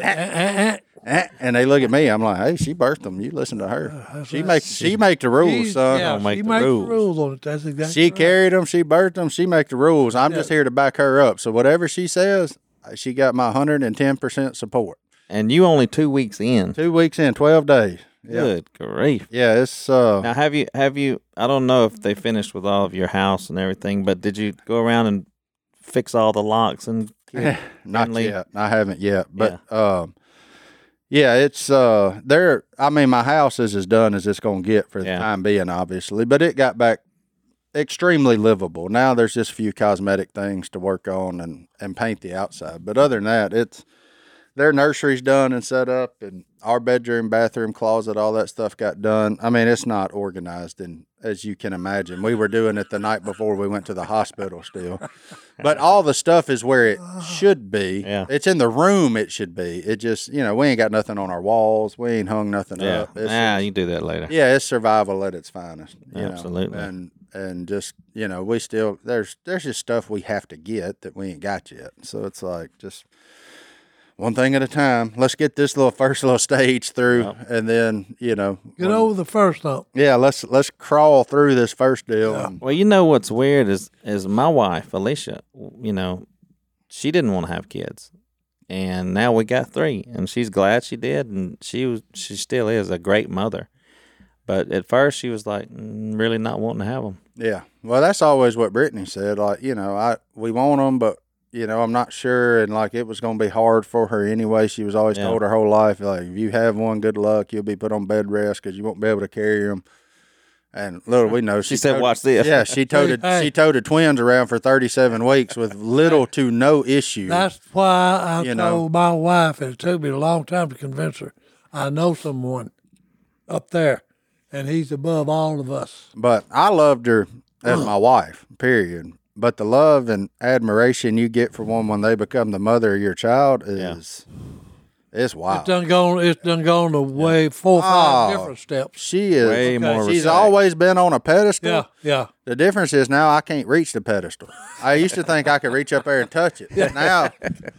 S4: Eh, eh,
S2: eh," and they look at me. I'm like, hey, she birthed them. You listen to her. She make she make the
S4: eh.
S2: rules,
S4: She's-
S2: son.
S4: yeah,
S3: Don't make
S4: she
S3: the
S4: makes
S3: rules.
S4: rules on it. That's exactly.
S2: She
S4: right.
S2: carried them. She birthed them. She make the rules. I'm just here to back her up. So whatever she says, she got my 110% support.
S3: And you only two weeks in.
S2: Two weeks in, 12 days. Yeah.
S3: Good grief.
S2: Yeah, it's uh
S3: Now have you have you I don't know if they finished with all of your house and everything, but did you go around and fix all the locks and
S2: not
S3: friendly.
S2: yet. I haven't yet. But um yeah, it's uh there I mean my house is as done as it's going to get for the
S3: Yeah.
S2: time being obviously, but it got back extremely livable. Now there's just a few cosmetic things to work on and and paint the outside. But other than that, it's their nursery's done and set up and our bedroom, bathroom, closet, all that stuff got done. I mean, it's not organized and as you can imagine, we were doing it the night before we went to the hospital still. But all the stuff is where it should be.
S3: Yeah.
S2: It's in the room it should be. It just, you know, we ain't got nothing on our walls. We ain't hung nothing
S3: yeah.
S2: up. It's
S3: Nah, you do that later.
S2: yeah, it's survival at its finest. you know,
S3: Absolutely.
S2: and and just you know, we still there's there's just stuff we have to get that we ain't got yet. So it's like just one thing at a time. Let's get this little first little stage through, and then you know,
S4: Get over the first hump.
S2: yeah, let's let's crawl through this first deal. and-
S3: Well, you know what's weird is is my wife Alicia. You know, she didn't want to have kids, and now we got three, and she's glad she did, and she was she still is a great mother. But at first, she was like, "Mm, really not wanting to have them.
S2: Yeah. Well, that's always what Brittany said. Like, you know, I we want them, but you know, I'm not sure. And like, it was going to be hard for her anyway. She was always
S3: Yeah.
S2: told her whole life, like, if you have one, good luck. You'll be put on bed rest because you won't be able to carry them. And little we know,
S3: She said,
S2: toted-
S3: "Watch this."
S2: Yeah, she toted
S4: Hey.
S2: she toted twins around for 37 weeks with little to no issue.
S4: That's why I
S2: You know.
S4: told my wife, and it took me a long time to convince her. I know someone up there, and he's above all of us.
S2: But I loved her as my wife, period. But the love and admiration you get for one when they become the mother of your child is it's wild.
S4: It's done gone. It's done gone the way four or five
S2: Oh.
S4: different steps.
S2: She is.
S3: Way more
S2: she's
S3: respect.
S2: always been on a pedestal.
S4: Yeah, yeah.
S2: The difference is now I can't reach the pedestal. I used to think I could reach up there and touch it. Now,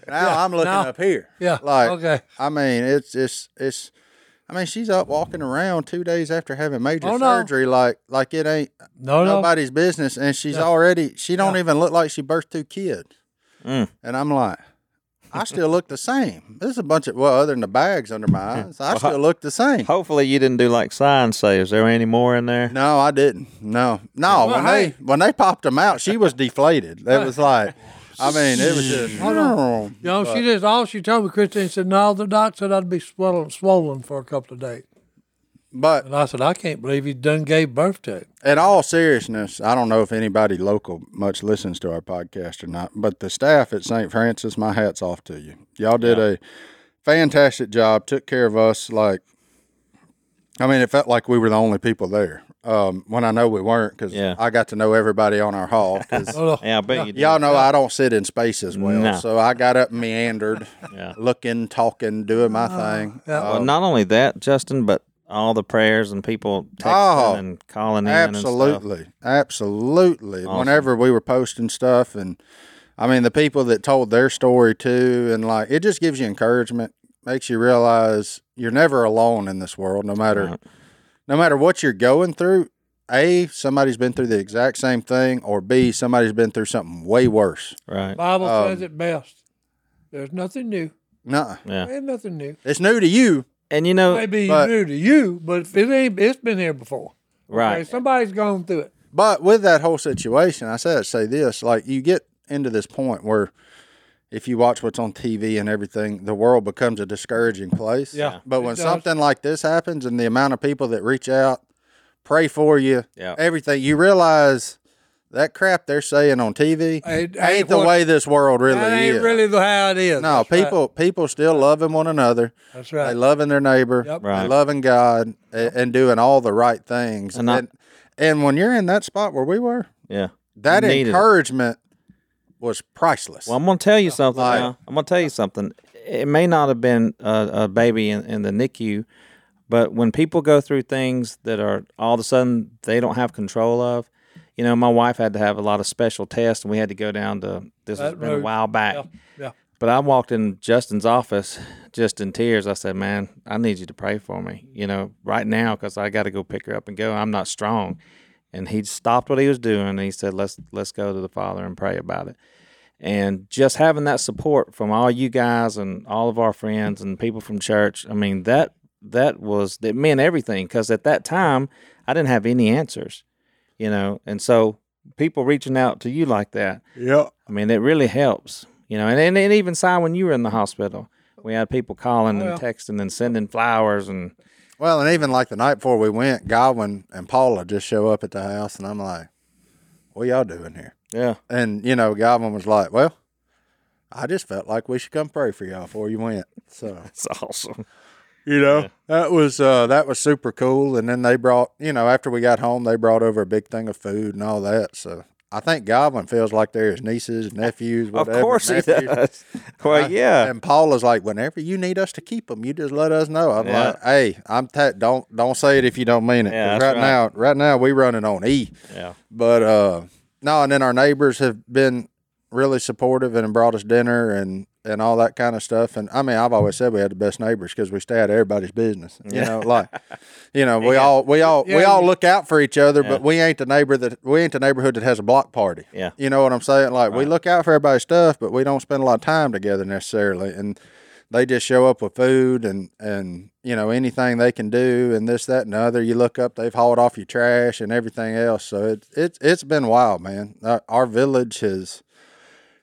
S2: now I'm looking
S4: now-
S2: up here.
S4: yeah,
S2: Like,
S4: okay.
S2: I mean, it's it's it's. I mean, she's up walking around two days after having major
S4: Oh, no. Oh,
S2: surgery, like like it ain't
S4: No, no.
S2: nobody's business, and she's already she don't even look like she birthed two kids.
S3: Mm.
S2: And I'm like, I still look the same. There's a bunch of well, other than the bags under my eyes, I still look the same.
S3: Hopefully, you didn't do like signs say, "Is there any more in there?"
S2: No, I didn't. No, no. when
S4: hey.
S2: they when they popped them out, she was deflated. It was like, I mean, it was just.
S4: You know, she just all she told me, Christine said, "No, the doc said I'd be swollen, swollen for a couple of days."
S2: But
S4: And I said, "I can't believe you done gave birth to it."
S2: in all seriousness, I don't know if anybody local much listens to our podcast or not, but the staff at St. Francis, my hat's off to you. Y'all did a fantastic job, took care of us. Like, I mean, it felt like we were the only people there. Um, when I know we weren't, because
S3: Yeah.
S2: I got to know everybody on our hall. 'cause
S4: Oh, no.
S3: Yeah, I bet you did.
S2: Y'all know I don't sit in space as well,
S3: No.
S2: so I got up, and meandered,
S3: Yeah.
S2: looking, talking, doing my thing.
S4: yeah.
S2: Uh,
S3: Well, not only that, Justin, but all the prayers and people texting
S2: Oh,
S3: and calling in. and stuff.
S2: Absolutely. Absolutely.
S3: Awesome.
S2: Whenever we were posting stuff and I mean the people that told their story too and like it just gives you encouragement, makes you realize you're never alone in this world no matter
S3: Right.
S2: no matter what you're going through. A, somebody's been through the exact same thing or B, somebody's been through something way worse.
S3: Right.
S4: Bible
S2: um,
S4: says it best. There's nothing new.
S2: Nuh-uh.
S3: Yeah.
S4: Ain't nothing new.
S2: It's new to you.
S3: And you know,
S4: Maybe
S2: Uh, but-
S4: new to you, but if it ain't, it's been here before.
S3: right.
S4: Okay, somebody's gone through it.
S2: But with that whole situation, I said say this: like you get into this point where, if you watch what's on TV and everything, the world becomes a discouraging place.
S4: Yeah,
S2: But
S4: it
S2: when
S4: does.
S2: something like this happens, and the amount of people that reach out, pray for you,
S3: Yeah.
S2: everything, you realize that crap they're saying on TV
S4: Ain't-
S2: ain't,
S4: ain't
S2: the
S4: what-
S2: way this world really
S4: That ain't
S2: is.
S4: really the how it is.
S2: no,
S4: That's right.
S2: people people still loving one another.
S4: That's right.
S2: They loving their neighbor.
S4: Yep.
S3: Right.
S2: They loving God and, and doing all the right things.
S3: And
S2: And,
S3: I-
S2: and when you're in that spot where we were,
S3: yeah.
S2: that
S3: Needed it.
S2: encouragement was priceless.
S3: Well, I'm gonna tell you something.
S2: Like-
S3: now. I'm gonna tell you something. It may not have been a, a baby in, in the NICU, but when people go through things that are all of a sudden they don't have control of, you know, my wife had to have a lot of special tests, and we had to go down to this has
S4: That
S3: been a
S4: road.
S3: while back.
S4: Yeah, yeah.
S3: But I walked in Justin's office just in tears. I said, "Man, I need you to pray for me, you know, right now, because I got to go pick her up and go. I'm not strong." And he stopped what he was doing and he said, "Let's let's go to the Father and pray about it." And just having that support from all you guys and all of our friends and people from church, I mean that that was that meant everything. Because at that time, I didn't have any answers, you know, and so people reaching out to you like that
S2: yeah.
S3: I mean, it really helps, you know. And and, and even Si, when you were in the hospital, we had people calling
S4: Oh,
S3: and texting and sending flowers, and
S2: Well, and even like the night before we went, Godwin and Paula just show up at the house, and I'm like, "What y'all doing here?"
S3: yeah,
S2: And you know, Godwin was like, "Well, I just felt like we should come pray for y'all before you went." So.
S3: it's awesome.
S2: you know that was uh that was super cool and then they brought you know after we got home they brought over a big thing of food and all that so i think goblin feels like they're his nieces nephews whatever
S3: of course he
S2: nephews.
S3: does. Well,
S2: I-
S3: yeah,
S2: and paula's like whenever you need us to keep them you just let us know i'm
S3: Yeah.
S2: like hey i'm ta- don't don't say it if you don't mean it 'cause
S3: Yeah, that's
S2: right,
S3: right.
S2: now right now we running on e
S3: yeah,
S2: but uh no and then our neighbors have been really supportive and brought us dinner and and all that kind of stuff and i mean i've always said we had the best neighbors because we stay out of everybody's business you know like you know we all we all we
S4: Yeah,
S2: all
S4: you-
S2: look out for each other but we ain't the neighbor that we ain't the neighborhood that has a block party
S3: Yeah.
S2: you know what i'm saying like we look out for everybody's stuff but we don't spend a lot of time together necessarily and they just show up with food and and you know anything they can do and this that and the other. You look up, they've hauled off your trash and everything else. So it's it's it's been wild, man. Our, our village has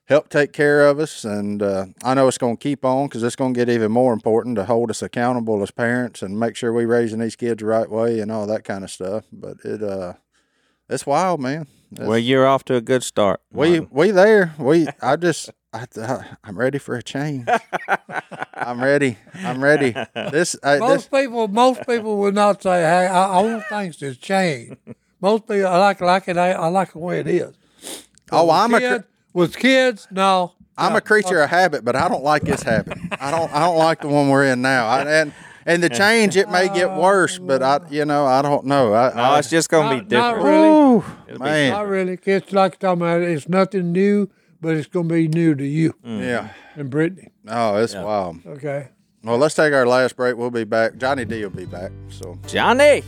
S2: helped take care of us, and uh, I know it's going to keep on because it's going to get even more important to hold us accountable as parents and make sure we're raising these kids the right way and all that kind of stuff. But it uh, it's wild, man. It's-
S3: well, you're off to a good start.
S2: we
S3: Martin.
S2: we there. We I just I, I I'm ready for a change. I'm ready. I'm ready. This I, this
S4: Most people, most people would not say, "Hey, I, I want things to change." Most people, I like like it. I, I like the way it is.
S2: oh I'm a
S4: Kid-
S2: cr-
S4: with kids. No,
S2: I'm a creature of habit, but I don't like this habit. I don't I don't like the one we're in now. I, and and the change it may get worse, but I you know I don't know. I,
S3: oh,
S2: I
S3: it's just gonna be
S4: Not- Uh, not
S3: different.
S4: really.
S2: Whew,
S4: not
S2: man.
S4: really. It's like you're talking about. It's nothing new, but it's going to be new to you
S1: Mm.
S2: Yeah.
S4: and Brittany.
S2: Oh, it's wild.
S4: Okay.
S2: Well, let's take our last break. We'll be back. Johnny D will be back. So
S3: Johnny,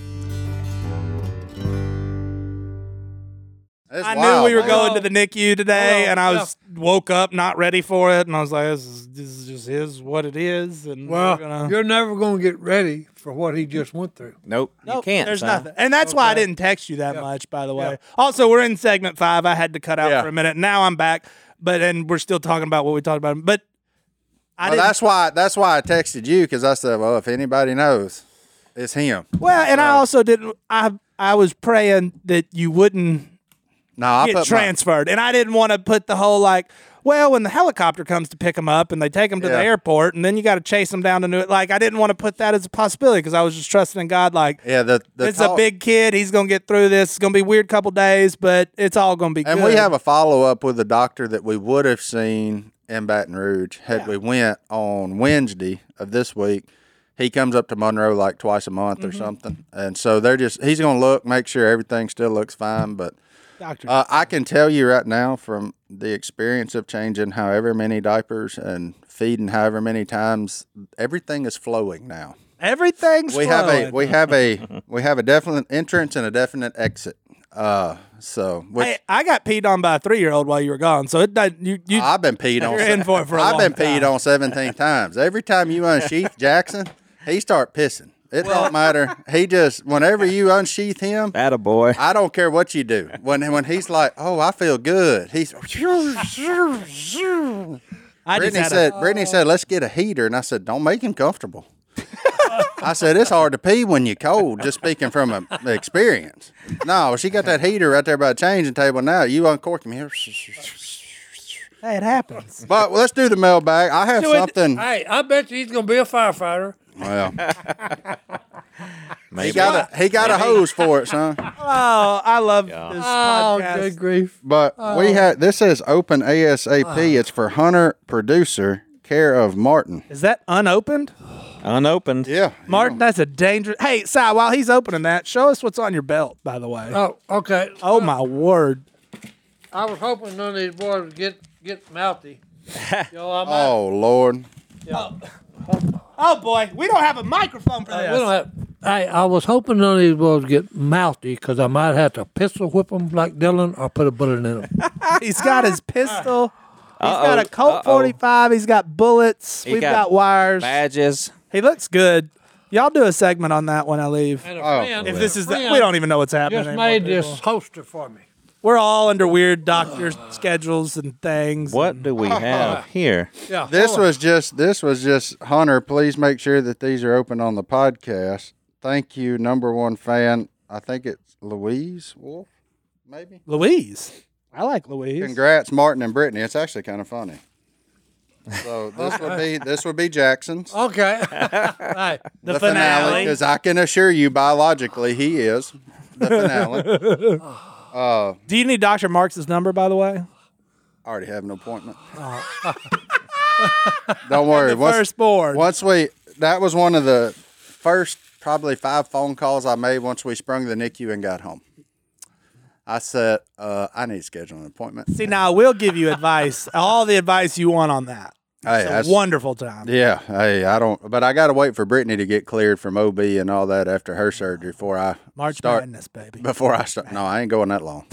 S2: it's
S1: I
S2: wild,
S1: knew we were
S2: man.
S1: going to the NICU today,
S4: Hello.
S1: and I was woke up not ready for it, and I was like, "This is, this is just is what it is." And we're
S4: Well,
S1: gonna-
S4: you're never going to get ready for what he just went through.
S3: nope, you
S1: Nope,
S3: can't.
S1: There's
S3: Si.
S1: nothing, and that's why I
S4: Okay.
S1: didn't text you that
S4: Yeah.
S1: much. By the way,
S4: Yeah.
S1: also we're in segment five. I had to cut out
S2: Yeah.
S1: for a minute. Now I'm back, but and we're still talking about what we talked about. But I
S2: Well,
S1: didn't.
S2: that's why that's why I texted you because I said, well, if anybody knows, it's him.
S1: well, and I also didn't. I I was praying that you wouldn't
S2: No, I
S1: get
S2: put my,
S1: transferred, and I didn't want to put the whole like. Well, when the helicopter comes to pick him up and they take him to the
S2: Yeah.
S1: airport, and then you got to chase him down to New Like, I didn't want to put that as a possibility because I was just trusting in God. Like,
S2: yeah the, the
S1: it's a
S2: talk-
S1: big kid. He's gonna get through this. It's gonna be a weird couple days, but it's all gonna be.
S2: and
S1: good.
S2: we have a follow up with a doctor that we would have seen in Baton Rouge had we went on Wednesday of this week, he comes up to Monroe like twice a month
S1: Mm-hmm.
S2: or something, and so they're just he's gonna look, make sure everything still looks fine, but.
S1: Doctor.
S2: Uh, I can tell you right now from the experience of changing however many diapers and feeding however many times, everything is flowing now.
S1: Everything's
S2: We have a
S1: flowing.
S2: we have a we have a definite entrance and a definite exit. Uh, so which
S1: Hey, I got peed on by a three year old while you were gone, so it doesn't. You, you
S2: I've been peed on.
S1: You're in for it for a
S2: I've been
S1: long
S2: peed on seventeen times. Every time you unsheath Jackson, he start pissing. It don't matter. He just whenever you unsheath him,
S3: Atta boy.
S2: I don't care what you do. When when he's like, "Oh, I feel good," he's.
S1: I just
S2: Brittany
S1: had a-
S2: said, "Brittany said, let's get a heater," and I said, "Don't make him comfortable." I said, "It's hard to pee when you're cold." Just speaking from a, experience. No, she got that heater right there by the changing table. Now you uncork him here.
S1: hey, it happens.
S2: But well, let's do the mailbag. I have
S1: it.
S2: something.
S4: Hey, I bet you he's gonna be a firefighter.
S2: well, he
S3: Maybe.
S2: got a he got a hose for it, son.
S1: Oh, I love this
S4: Oh,
S1: podcast.
S4: grief!
S2: But we had this says open ASAP. It's for Hunter producer care of Martin.
S1: Is that unopened?
S3: Unopened.
S2: Yeah,
S1: Martin, that's a dangerous. Hey, Si, while he's opening that, show us what's on your belt, by the way.
S4: Oh, okay.
S1: oh, my word.
S4: I was hoping none of these boys would get get mouthy. Yo, I'm out.
S2: Oh Lord.
S1: Oh, boy. We don't have a microphone
S3: Oh,
S1: for
S4: Hey, we don't have- Hey, I was hoping none of these boys would get mouthy because I might have to pistol whip them like Dylan or put a bullet in them.
S1: He's got his pistol. He's
S3: Uh-oh.
S1: got a Colt
S3: Uh-oh.
S1: 45. He's got bullets.
S3: He
S1: We've
S3: got
S1: got, wires.
S3: Badges.
S1: He looks good. Y'all do a segment on that when I leave.
S4: And a
S2: Oh,
S4: friend,
S1: If this is the,
S4: friend
S1: we don't even know what's happening.
S4: just
S1: anymore,
S4: made
S1: people.
S4: this holster for me.
S1: We're all under weird doctor schedules and things.
S3: What do we have here?
S4: Yeah,
S2: This
S4: hold on.
S2: was just this was just Hunter. Please make sure that these are open on the podcast. Thank you, number one fan. I think it's Louise Wolf, maybe.
S1: Louise. I like Louise.
S2: Congrats, Martin and Brittany. It's actually kind of funny. So this would be this would be Jackson's
S4: okay. hey,
S1: the, finale.
S2: because I can assure you biologically he is the finale.
S1: Do you need Dr. Marks' number, by the way?
S2: I already have an appointment. Don't worry. Once,
S1: First board.
S2: Once we, that was one of the first probably five phone calls I made once we sprung the NICU and got home. I said, uh, I need to schedule an appointment.
S1: See, now I will give you advice, all the advice you want on that.
S2: Hey,
S1: It's
S2: that's-
S1: a wonderful time.
S2: Yeah, hey, I don't, but I got to wait for Brittany to get cleared from OB and all that after her surgery before I
S1: March
S2: start.
S1: Madness, baby.
S2: Before I start, no, I ain't going that long.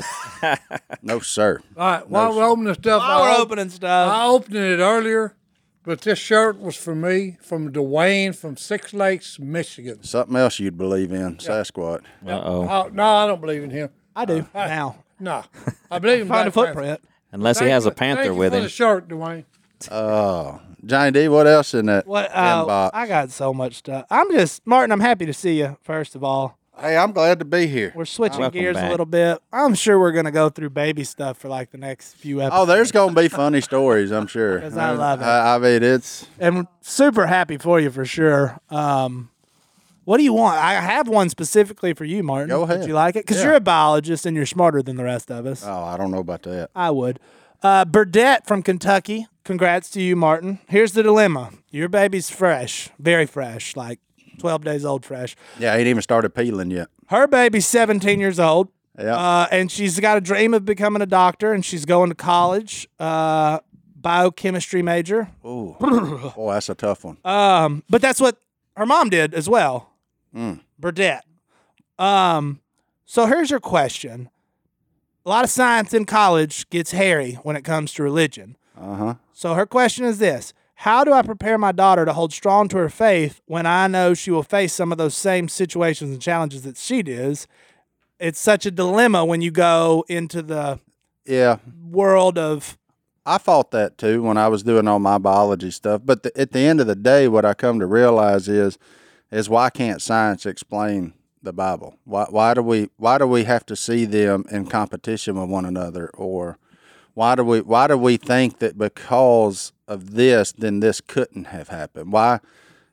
S2: no, sir.
S4: all right, while we're opening stuff,
S1: While
S4: I
S1: we're
S4: op-
S1: opening stuff,
S4: I opened it earlier, but this shirt was for me from Dwayne from Six Lakes, Michigan.
S2: Something else you'd believe in, Sasquatch.
S3: Uh oh.
S4: Oh, no, I don't believe in him.
S1: I do now.
S4: No, I believe in
S1: Find a
S4: Black Panther.
S1: footprint.
S3: Unless he
S4: Thank
S3: has
S4: you-
S3: a panther
S4: thank you
S3: with
S4: for
S3: him.
S4: The shirt, Dwayne.
S2: Johnny D, what else in that
S1: What? Uh,
S2: inbox?
S1: I got so much stuff. I'm just Martin. I'm happy to see you. First of all,
S2: hey, I'm glad to be here.
S1: we're switching
S3: Welcome
S1: gears
S3: back.
S1: a little bit. I'm sure we're gonna go through baby stuff for like the next few episodes.
S2: Oh, there's gonna be funny stories, I'm sure.
S1: 'Cause I love it.
S2: I, I mean, it's
S1: and we're super happy for you for sure. Um, what do you want? I have one specifically for you, Martin.
S2: Go ahead.
S1: Would you like it? Because you're a biologist and you're smarter than the rest of us.
S2: Oh, I don't know about that.
S1: I would. Uh, Burdette from Kentucky. Congrats to you, Martin. Here's the dilemma: your baby's fresh, very fresh, like 12 days old, fresh.
S2: Yeah, he ain't even started peeling yet.
S1: Her baby's 17 years old.
S2: Yeah.
S1: Uh, and she's got a dream of becoming a doctor, and she's going to college, uh, biochemistry major.
S2: Boy, that's a tough one.
S1: Um, but that's what her mom did as well, Burdette. Um, so here's your question: A lot of science in college gets hairy when it comes to religion.
S2: Uh huh.
S1: So her question is this How do I prepare my daughter to hold strong to her faith when I know she will face some of those same situations and challenges that she does? It's such a dilemma when you go into the
S2: Yeah,
S1: world of
S2: I fought that too when I was doing all my biology stuff. But the, at the end of the day, what I come to realize is, is why can't science explain the Bible? Why why do we why do we have to see them in competition with one another? Or why do we why do we think that because of this, then this couldn't have happened? Why?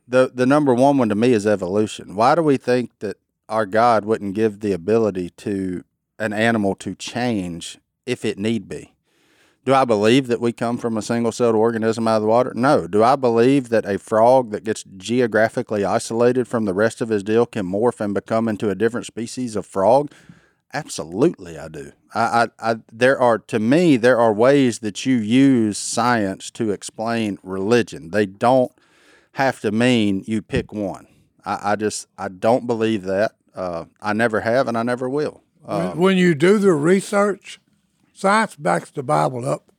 S2: the the number one one to me is evolution. Why do we think that our God wouldn't give the ability to an animal to change if it need be? Do I believe that we come from a single celled organism out of the water? No. Do I believe that a frog that gets geographically isolated from the rest of his deal can morph and become into a different species of frog? Absolutely, I do. I, I, I there are to me there are ways that you use science to explain religion. They don't have to mean you pick one. I, I just I don't believe that. Uh, I never have, and I never will.
S4: When- when you do the research, science backs the Bible up.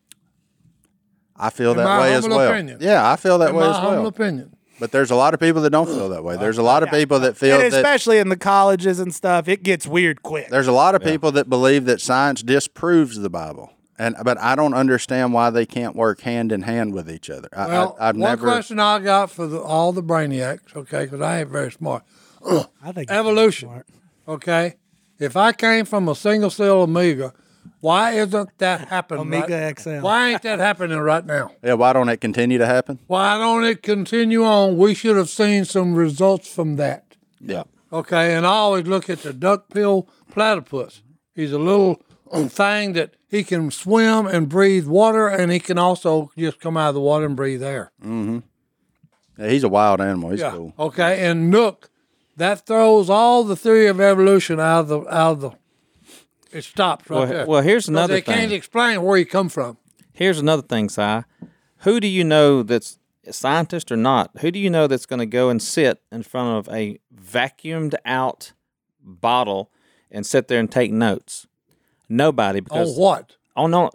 S2: I feel that
S4: my
S2: way as
S4: humble
S2: well.
S4: opinion.
S2: Yeah, I feel that
S4: In
S2: way
S4: my
S2: as well.
S4: humble opinion.
S2: But there's a lot of people that don't feel that way. There's a lot of people that feel
S1: And
S2: that
S1: especially in the colleges and stuff, it gets weird quick.
S2: there's a lot of people that believe that science disproves the Bible. And but I don't understand why they can't work hand in hand with each other. I,
S4: Well,
S2: I, I've
S4: one
S2: never
S4: question I got for the, all the brainiacs, okay, because I ain't very smart.
S1: I think
S4: Evolution.
S1: Smart.
S4: Okay, if I came from a single cell omega, why isn't that happening?
S1: Omega
S4: right,
S1: XL.
S4: Why ain't that happening right now?
S2: Yeah, why don't it continue to happen?
S4: Why don't it continue on? We should have seen some results from that.
S2: Yeah.
S4: Okay, and I always look at the duckbill platypus. He's a little thing that he can swim and breathe water, and he can also just come out of the water and breathe air.
S2: Yeah, he's a wild animal. He's
S4: Yeah. Oh,
S2: cool.
S4: Okay, and Nook, that throws all the theory of evolution out of the out of the. It stops right
S3: Well,
S4: there.
S3: well, here's
S4: 'Cause
S3: another
S4: They can't
S3: thing.
S4: explain where he come from.
S3: Here's another thing, Si. Who do you know that's a scientist or not? Who do you know that's going to go and sit in front of a vacuumed out bottle and sit there and take notes? Nobody,
S4: On
S3: because
S4: what?
S3: on on,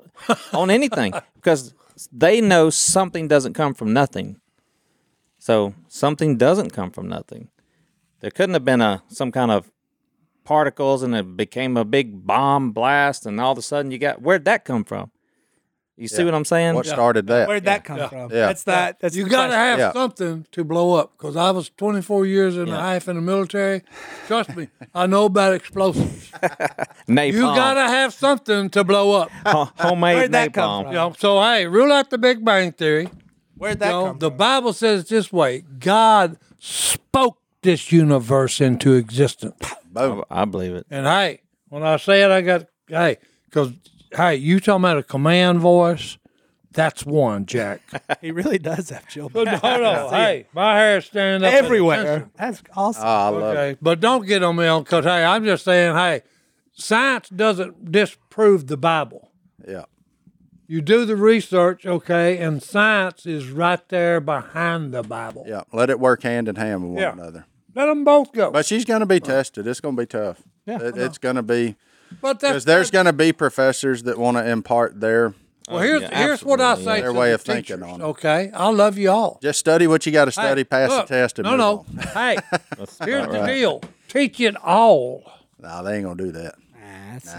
S3: on anything because they know something doesn't come from nothing. So something doesn't come from nothing. There couldn't have been a some kind of particles and it became a big bomb blast and all of a sudden you got where'd that come from? You see what I'm saying?
S2: What started that?
S1: Where'd that come from?
S2: Yeah.
S1: That's that. That's
S4: You
S1: the
S4: got to
S1: question.
S4: have
S2: Yeah.
S4: something to blow up. Because I was 24 years and a half in the military. Trust me, I know about explosives.
S3: Napalm.
S4: You got to have something to blow up.
S3: Ho- homemade
S1: Where'd that come
S3: napalm.
S1: from?
S4: You know, so hey, rule out the Big Bang theory.
S1: Where'd that
S4: You know,
S1: come
S4: the
S1: from?
S4: Bible says it this way: God spoke this universe into existence.
S2: Boom.
S3: I believe it.
S4: And hey, when I say it, I got hey, because hey, you talking about a command voice? That's one, Jack.
S1: He really does have children
S4: Hold on, hey, my hair's standing up at attention.
S1: everywhere. That's awesome.
S2: Oh, I love it.
S4: Okay, but don't get on me on because hey, I'm just saying hey, science doesn't disprove the Bible.
S2: Yeah.
S4: You do the research, okay, and science is right there behind the Bible.
S2: Yeah. Let it work hand in hand with one
S4: Yeah.
S2: another.
S4: Let them both go.
S2: But she's going to be tested. It's going to be tough. Yeah, it, it's going to be
S4: But
S2: because
S4: that's
S2: there's going to be professors that want to impart their
S4: well. Here's
S3: yeah,
S4: here's what I say
S3: absolutely,
S4: to
S2: Their way
S4: the
S2: of thinking
S4: teachers,
S2: on it.
S4: Okay, I love you all.
S2: just study what you got to study,
S4: Hey,
S2: pass
S4: look,
S2: the test, and
S4: no,
S2: move
S4: no.
S2: on.
S4: hey, here's the deal: teach it all,
S2: Nah, they ain't gonna do that.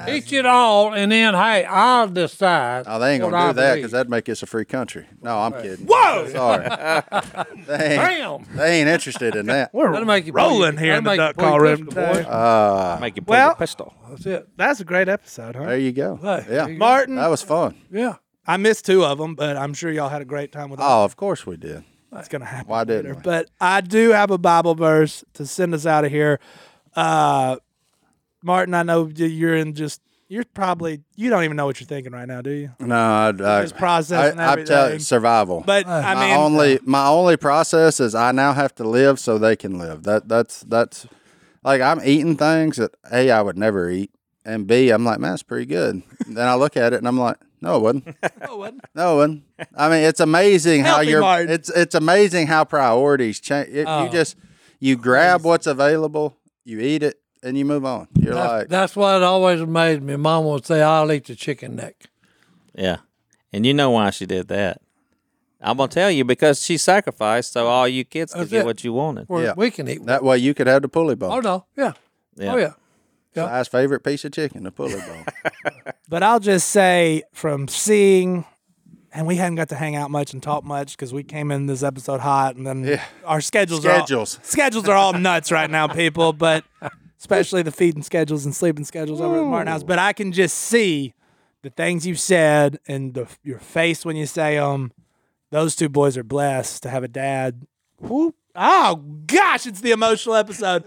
S4: teach it all, and then hey, I'll decide.
S2: No, Oh, they ain't
S4: what
S2: gonna
S4: I
S2: do that
S4: believe.
S2: because that'd make us a free country. No, I'm kidding.
S1: Whoa!
S2: Sorry, they ain't,
S4: Damn.
S2: they ain't interested in that.
S1: We're
S4: That'll make you
S1: rolling
S4: pretty-
S1: here in
S4: that'll
S1: the
S4: make you
S1: duck call
S4: pretty
S1: room.
S4: physical,
S1: today.
S4: boy.
S3: Make you pull
S1: Ah. Well-
S3: the pistol.
S4: That's it.
S1: That's a great episode, huh?
S2: There you go.
S4: Hey, there you
S2: Yeah,
S4: go.
S1: Martin,
S2: that was fun.
S4: Yeah.
S1: I missed two of them, but I'm sure y'all had a great time with them.
S2: Oh, of course we did.
S1: It's gonna happen.
S2: Why didn't
S1: later.
S2: we?
S1: But I do have a Bible verse to send us out of here. Uh, Martin, I know you- you're in just. You're probably you don't even know what you're thinking right now, do you?
S2: No, I, I,
S1: Just processing
S2: I, I tell you,
S1: everything.
S2: survival.
S1: But I
S2: my
S1: mean,
S2: only my only process is I now have to live so they can live. That that's that's like I'm eating things that a I would never eat, and b I'm like, man, that's pretty good. then I look at it and I'm like, no, it wasn't.
S1: Oh, what?
S2: No one. I mean, it's amazing how
S1: Healthy Oh.
S2: your
S1: Martin.
S2: it's it's amazing how priorities change. It, You just you grab what's available, you eat it, and you move on. You're like,
S4: That's why it always amazed me. Mom would say, "I'll eat the chicken neck."
S3: Yeah. And you know why she did that. I'm gonna tell you because she sacrificed so all you kids could
S4: That's
S3: get
S4: it.
S3: what you wanted.
S4: Or
S2: Yeah.
S4: we can eat. One.
S2: that way you could have the pulley bone.
S4: Oh no, yeah.
S3: Yeah.
S4: oh yeah. yeah.
S2: Si's favorite piece of chicken, the pulley bone.
S1: But I'll just say from seeing, and we hadn't got to hang out much and talk much because we came in this episode hot, and then our schedules
S2: Schedules.
S1: are all, schedules are all nuts right now, people. But especially the feeding schedules and sleeping schedules over at the Martin House. But I can just see the things you've said and the, your face when you say them. Those two boys are blessed to have a dad who Oh gosh, it's the emotional episode.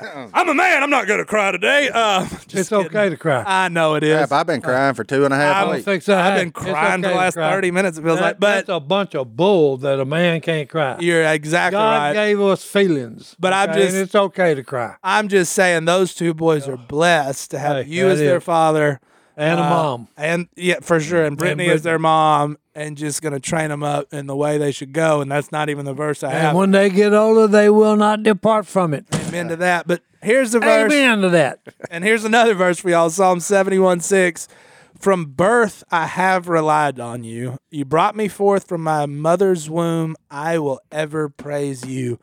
S1: I'm a man. I'm not gonna cry today. Uh, just
S4: It's
S1: kidding.
S4: okay to cry.
S1: I know it is.
S2: Crap, I've been crying for two and a half
S4: I don't
S2: weeks.
S4: think so.
S1: I've
S4: Hey,
S1: been
S4: it's
S1: crying for the
S4: okay to
S1: last
S4: cry.
S1: 30 minutes. It feels
S4: That-
S1: like, but
S4: that's a bunch of bull that a man can't cry.
S1: you're exactly
S4: God
S1: right.
S4: gave us feelings,
S1: But I'm
S4: okay?
S1: just-
S4: and it's okay to cry
S1: I'm just saying those two boys are blessed to have
S4: Hey,
S1: you as
S4: that
S1: their
S4: is.
S1: father
S4: and a
S1: uh,
S4: mom.
S1: and yeah, for sure, and Brittany as
S4: Brittany.
S1: their mom, and just gonna train them up in the way they should go. And that's not even the verse I have.
S4: And when they get older, they will not depart from it.
S1: Amen to that. But here's the verse.
S4: Amen to that.
S1: And here's another verse for y'all Psalm 71 6. From birth I have relied on you. You brought me forth from my mother's womb. I will ever praise you.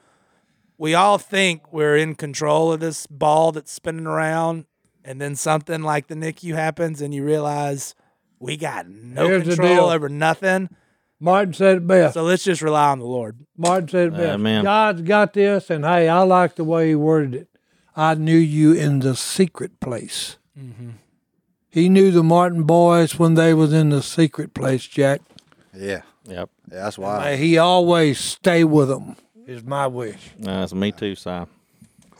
S1: We all think we're in control of this ball that's spinning around, and then something like the NICU happens, and you realize we got no
S4: Here's the deal.
S1: control over nothing.
S4: Martin said it best.
S1: So let's just rely on the Lord.
S4: Martin said it best.
S3: Amen.
S4: God's got this, and hey, I like the way he worded it. I knew you in the secret place.
S1: Mm-hmm.
S4: He knew the Martin boys when they was in the secret place, Jack.
S2: Yeah.
S3: Yep.
S2: Yeah, that's why.
S4: May he always stay with them. Is my wish.
S3: No, it's me too, Si.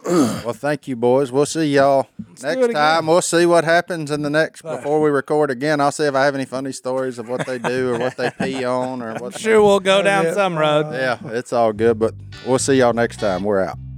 S2: Well, thank you, boys. We'll see y'all
S1: it
S2: next
S1: again.
S2: time. We'll see what happens in the next before we record again. I'll see if I have any funny stories of what they do or what they pee on or what.
S1: Sure, we'll go down some road.
S2: Yeah, it's all good, but we'll see y'all next time. We're out.